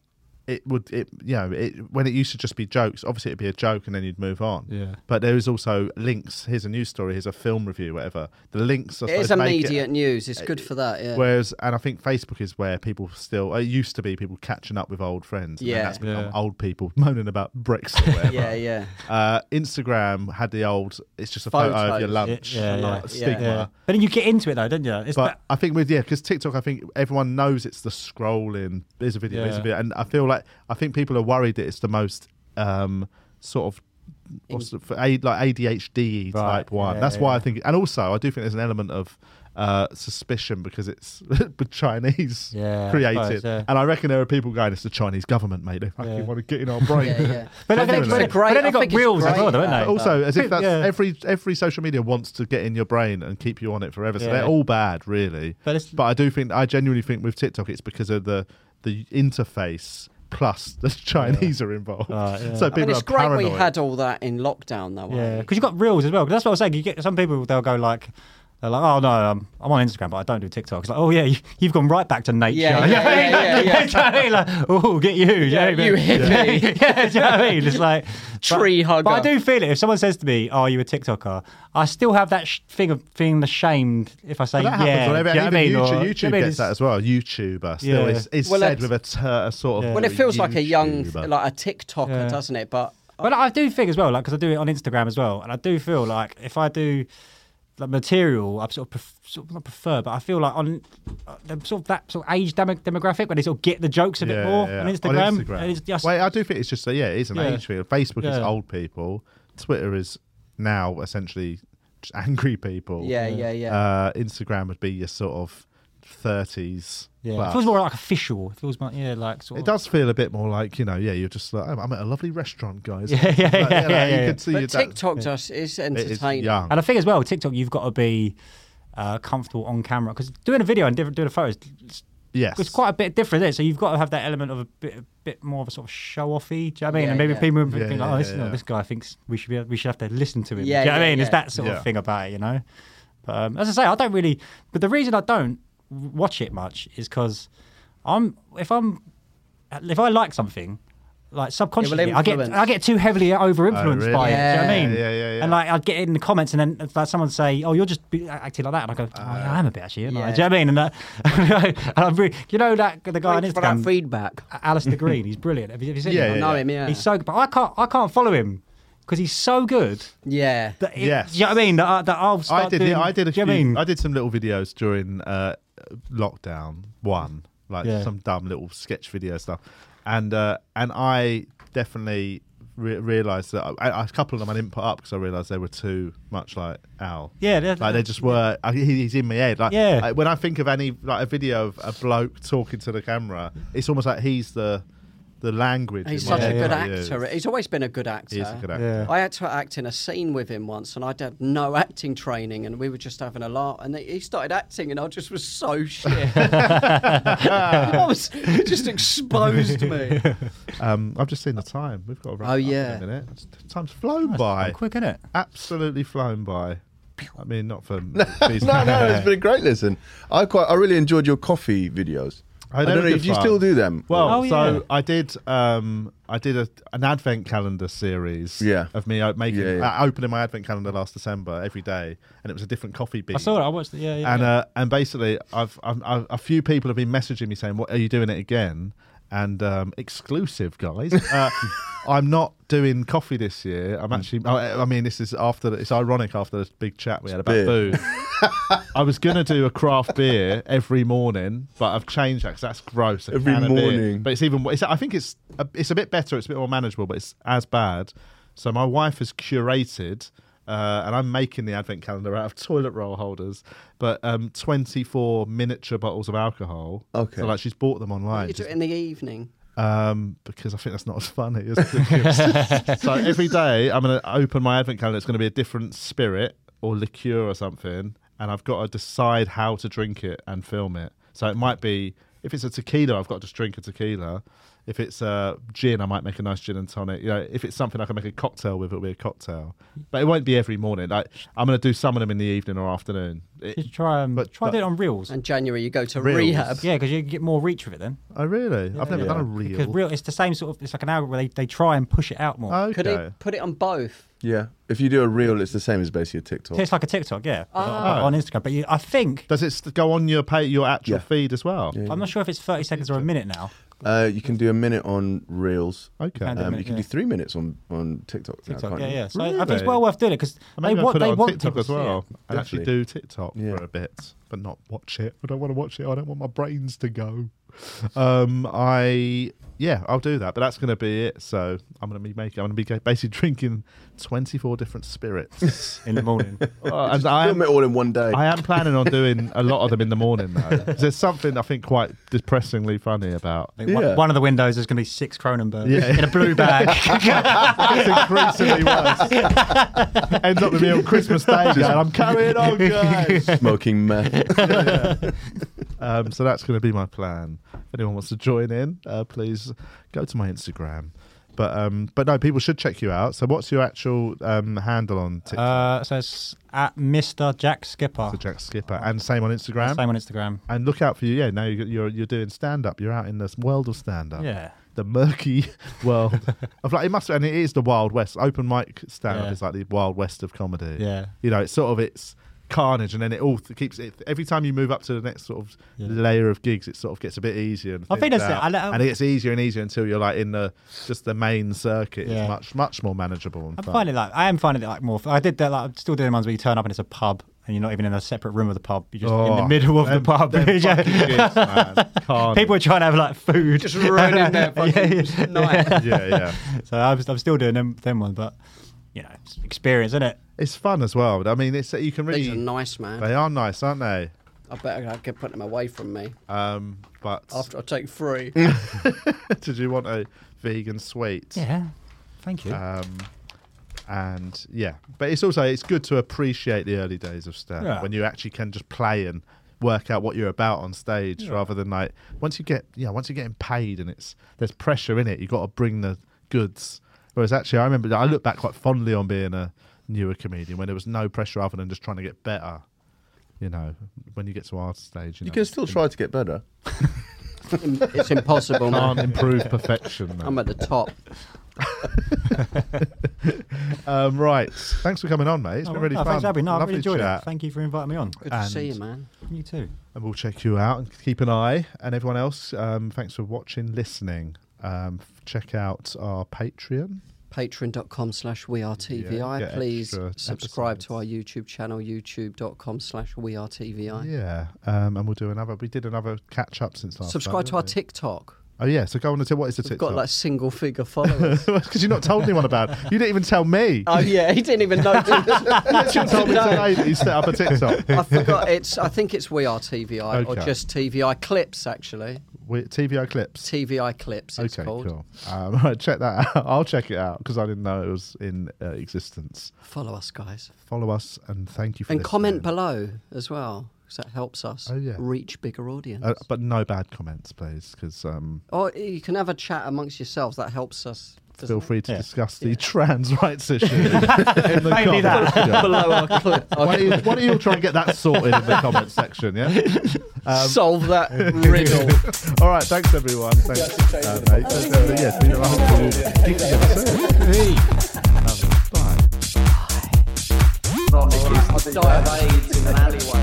it would, it you know, it when it used to just be jokes. Obviously, it'd be a joke, and then you'd move on.
Yeah.
But there is also links. Here's a news story. Here's a film review. Whatever. The links. I
It is
suppose, make
immediate news. It's good for that. Yeah.
Whereas, and I think Facebook is where people still. It used to be people catching up with old friends. And
Yeah.
then that's become
Yeah.
old people moaning about Brexit. or whatever.
Yeah, yeah.
Uh, Instagram had the old. It's just a photo of your
Photos.
lunch.
Yeah, yeah.
Stigma.
Yeah. But then you get into it, though, don't you? It's
But I think with yeah, because TikTok, I think everyone knows it's the scrolling. There's a video, there's a
Yeah.
video, and I feel like I think people are worried that it's the most um, sort of what's the, for A, like ADHD type one.
yeah,
That's why
yeah.
I think, and also I do think there's an element of uh, suspicion because it's Chinese
Yeah, I
created,
suppose, yeah.
and I reckon there are people going, "It's the Chinese government, mate. They fucking
Yeah.
want to get in our brain."
Yeah, yeah. But
Genuinely.
I think- but then- It's great- but then they I got think it's reels as well, great, don't they?
But Also, as if
Bit-
that's
yeah.
every every social media wants to get in your brain and keep you on it forever. So
Yeah.
they're all bad, really.
But,
I do think I genuinely think with TikTok, it's because of the the interface plus the Chinese are involved.
Oh.
So
I
people
mean, it's
are
great
paranoid.
we had all that in lockdown, though.
Yeah, because you've got reels as well. 'Cause that's what I was saying. You get some people they'll go like. They're like, oh no, um, I'm on Instagram, but I don't do TikTok. It's like, oh yeah, you, you've gone right back to nature.
Yeah, yeah, yeah, yeah, yeah.
oh, get you.
Yeah,
do you, know what I mean?
you hippie.
yeah, do you know what I mean? It's like
Tree
but,
hugger.
But I do feel it. If someone says to me, "Oh, you a TikToker," I still have that sh- thing of feeling ashamed if I say,
But that
"Yeah."
happens on
do
every,
you know
and
what I
even
mean? Or-
YouTube,
do you know
YouTube
what I mean?
gets
It's-
that as well. YouTuber still
Yeah.
is, is
Well,
said
that's-
with a, ter- a sort of.
Well, it feels like a young,
YouTuber.
like a TikToker,
Yeah.
doesn't it? But
But I do think as well, like because I do it on Instagram as well, and I do feel like if I do like material I sort of, pref- sort of not prefer, but I feel like on uh, the sort of that sort of age demo- demographic where they sort of get the jokes a bit more on Instagram. And it's just-
Wait, I do think it's just uh, yeah, it is an
Yeah.
age field. Facebook is
Yeah.
old people. Twitter is now essentially just angry people.
Yeah, Yeah. yeah, yeah.
Uh, Instagram would be your sort of thirties.
yeah, it feels more like official. It feels more yeah, like sort
It
of.
does feel a bit more like you know, yeah, you're just like I'm, I'm at a lovely restaurant, guys.
Yeah, yeah,
Like,
yeah, yeah,
like, You
yeah.
could see
But
that-
TikTok just is entertaining.
And I think as well, TikTok, you've got to be uh, comfortable on camera because doing a video and different doing a photo is it's,
Yes.
it's quite a bit different. Isn't it? So you've got to have that element of a bit, a bit more of a sort of show offy. Do you know what I mean?
Yeah,
and maybe
yeah.
people
Yeah,
think,
yeah,
oh, this,
yeah,
no,
yeah.
this guy thinks we should be, we should have to listen to
Yeah,
him. Do you know what I
yeah,
mean? It's
yeah.
that sort
Yeah.
of thing about it, you know. Um, as I say, I don't really. But the reason I don't watch it much is because I'm if I'm if I like something. Like subconsciously, I get
influence. Oh,
I get too heavily over influenced
really?
by it. Do you know what I
Yeah.
mean?
Yeah, yeah, yeah.
And like I'd get in the comments, and then it's like someone say, "Oh, you're just be- acting like that," and I go,
Uh,
oh, yeah, "I am a bit actually." aren't I?"
Yeah.
Do you know what I mean? And that, and I'm re- you know that the guy
Thanks for
on
Um,
Instagram,
that feedback,
Alistair Green, he's brilliant. Have you, have you seen
Yeah,
him?
yeah, I know yeah. him, yeah.
he's so good, but I can't I can't follow him because he's so good.
Yeah,
that it,
Yes.
do you know what I mean? That, I- that oh, I'll start
I did.
doing,
yeah, I did a
do
few.
you know what I mean?
I did some little videos during uh, lockdown one, like
Yeah.
some dumb little sketch video stuff, and uh, and I definitely re- realized that I, a couple of them I didn't put up because I realized they were too much like Al.
Yeah, they're-
like they just were. I, he- he's in my head. Like
Yeah.
I- when I think of any like a video of a bloke talking to the camera, it's almost like he's the the language.
He's
in my
such a
head.
good
Like, yeah,
actor.
it's-
He's always been a good actor.
He is a good actor.
I had to act in a scene with him once, and I had no acting training, and we were just having a laugh. And he started acting, and I just was so shit. I was he just exposed me.
Um, I've just seen the time. We've got to wrap
Oh,
it up
yeah.
in a minute. It's- Time's flown by.
gone quick, innit?
Oh, Absolutely flown by. I mean, not for no,
no, no, it's been a great listen. I quite, I really enjoyed your coffee videos. I, don't know. Do you still do them?
Well,
Oh,
Or-
so I did. Um, I did a, an advent calendar series.
Yeah.
of me o- making,
Yeah, yeah.
Uh, opening my advent calendar last December every day, and it was a different coffee bean.
I saw it. I watched it. Yeah, yeah.
and
yeah.
uh, and basically, I've, I've, I've a few people have been messaging me saying, "What are you doing it again?" And um, exclusive guys, uh, I'm not doing coffee this year.
Hmm.
I'm actually. I, I mean, this is after. It's ironic after this big chat we had about
beer.
food. I was gonna do a craft beer every morning, but I've changed that because that's gross. a
Every
can of beer.
morning.
but it's even. It's, I think it's a, it's a bit better. It's a bit more manageable, but it's as bad. So my wife has curated, uh, and I'm making the advent calendar out of toilet roll holders, but um, 24 miniature bottles of alcohol.
Okay.
so like she's bought them
Why
online.
you do
She's-
it in the evening?
um, because I think that's not as funny as the gifts. so every day I'm going to open my advent calendar. It's going to be a different spirit or liqueur or something, and I've got to decide how to drink it and film it. So it might be if it's a tequila, I've got to just drink a tequila. If it's a gin, I might make a nice gin and tonic. You know, if it's something I can make a cocktail with, it'll be a cocktail. But it won't be every morning. Like I'm going to do some of them in the evening or afternoon. It-
Just try um, try
but-
doing it on reels.
In January, you go to
Reels.
rehab.
Yeah, because you get more reach with it then.
oh really? I've never
yeah.
done a
Because
reel.
real, it's the same sort of. It's like an algorithm where they, they try and push it out more.
Okay.
Could he put it on both?
yeah. If you do a reel, it's the same as basically a TikTok.
It's like a TikTok, yeah,
Ah.
on Instagram. But you, I think
Does it st- go on your pay, your actual
Yeah.
feed as well?
I'm not sure if it's 30 seconds or a minute now.
Uh, you can do a minute on reels.
Okay.
Can do
Um,
a
you
minute,
can
yeah.
do three minutes on on TikTok. now,
TikTok,
can't
yeah,
you?
yeah. So I think it's
Really?
well worth doing it because
I
they
maybe
want
put it
they
on
want
TikTok
people
as
to see
well.
it.
And actually
Definitely.
do TikTok
Yeah.
for a bit, but not watch it. I don't want to watch it. I don't want my brains to go. Um, I yeah, I'll do that, but that's going to be it. So I'm going to be making. I'm going to be basically drinking 24 different spirits.
in the morning.
Uh, and I am-
Film it all in one day.
I am planning on doing a lot of them in the morning though. 'Cause There's something I think quite depressingly funny about
I think one,
Yeah.
one of the windows is going to be six Cronenberg
Yeah.
in a blue bag.
It's increasingly worse. Ends up with me on Christmas Day, and I'm carrying on, guys.
Smoking meth.
Um, so that's going to be my plan. If anyone wants to join in, uh, please go to my Instagram. But um, but no, people should check you out. So what's your actual um, handle on TikTok?
uh, so it's at Mr. Jack Skipper.
So Jack Skipper, and same on Instagram.
Same on Instagram.
And look out for you. Yeah, now you're you're, you're doing stand up. You're out in this world of stand up.
Yeah.
The murky world of like it must, and it is the wild west. Open mic stand up
Yeah.
is like the wild west of comedy.
Yeah.
you know, it's sort of it's carnage, and then it all th- keeps it. Every time you move up to the next sort of layer of gigs, it sort of gets a bit easier. And
I think
thins
that's it.
out,
I let-
and it gets easier and easier until you're like in the just the main circuit.
Yeah.
It's much much more manageable. And
I'm
fun.
finding like I am finding it like more. I did that. Like, I'm still doing the ones where you turn up and it's a pub and you're not even in a separate room of the pub. You're just in the
Oh,
middle of
them-
the pub.
them
Yeah.
fucking gigs, man. Carnage.
People are trying to have like food,
Just ruining their fucking night. Yeah, yeah.
So I'm, I'm still doing them them ones, but you know, it's experience, isn't it?
It's fun as well. I mean, it's you can really.
These are nice, man.
They are nice, aren't they?
I better I could put them away from me.
Um, but
After I take three.
did you want a vegan sweet?
Yeah. Thank you.
Um, and yeah, but it's also it's good to appreciate the early days of stand
Yeah.
when you actually can just play and work out what you're about on stage
Yeah.
rather than like once you get yeah once you're getting paid and it's there's pressure in it you got to bring the goods. Whereas actually I remember I look back quite fondly on being a newer comedian when there was no pressure other than just trying to get better. You know, when you get to our stage, you,
You
know,
can still try to get better.
it's impossible. man.
Can't improve perfection. man.
I'm at the top.
Um, right. Thanks for coming on, mate. It's
Oh,
been really
no,
fun.
Thanks, Abby. No, I
Lovely
really enjoyed
chat.
it. Thank you for inviting me on.
Good to see you, man.
You too.
And we'll check you out and keep an eye. And everyone else, um, thanks for watching, listening. Um, f- check out our Patreon.
Patreon.com slash we are
Yeah,
TVI.
get
Please
extra
subscribe to our YouTube channel, youtube.com slash we are TVI.
Yeah. Um, and we'll do another. We did another catch up since last.
Subscribe to our TikTok.
our. Oh yeah. So go on and tell what is the
We've
TikTok?
got like single figure followers.
because you've not told anyone about. it. You didn't even tell me.
oh yeah, he didn't even know.
you told me today that you set up a TikTok.
I forgot. It's. I think it's we are TVI or
Okay.
just TVI clips actually.
We- TVO clips.
TVI clips. It's
okay,
called.
cool. Um, right, check that out. I'll check it out because I didn't know it was in uh, existence.
Follow us, guys,
Follow us and thank you for
and
listening.
comment below as well, because that helps us
Oh, yeah.
reach bigger audience.
Uh, but no bad comments, please, because um,
or you can have a chat amongst yourselves. That helps us. doesn't
feel
it?
free to discuss the trans rights issue. in the
Mainly
comments,
that.
yeah.
Below our clip.
Why don't, you, why don't you all try and get that sorted in the comments section? Yeah.
Solve that riddle.
all right. Thanks, everyone. Thanks, uh, mate. Uh, yeah, it's been a whole gig together soon. Um, Bye.
Not die of AIDS in an alleyway.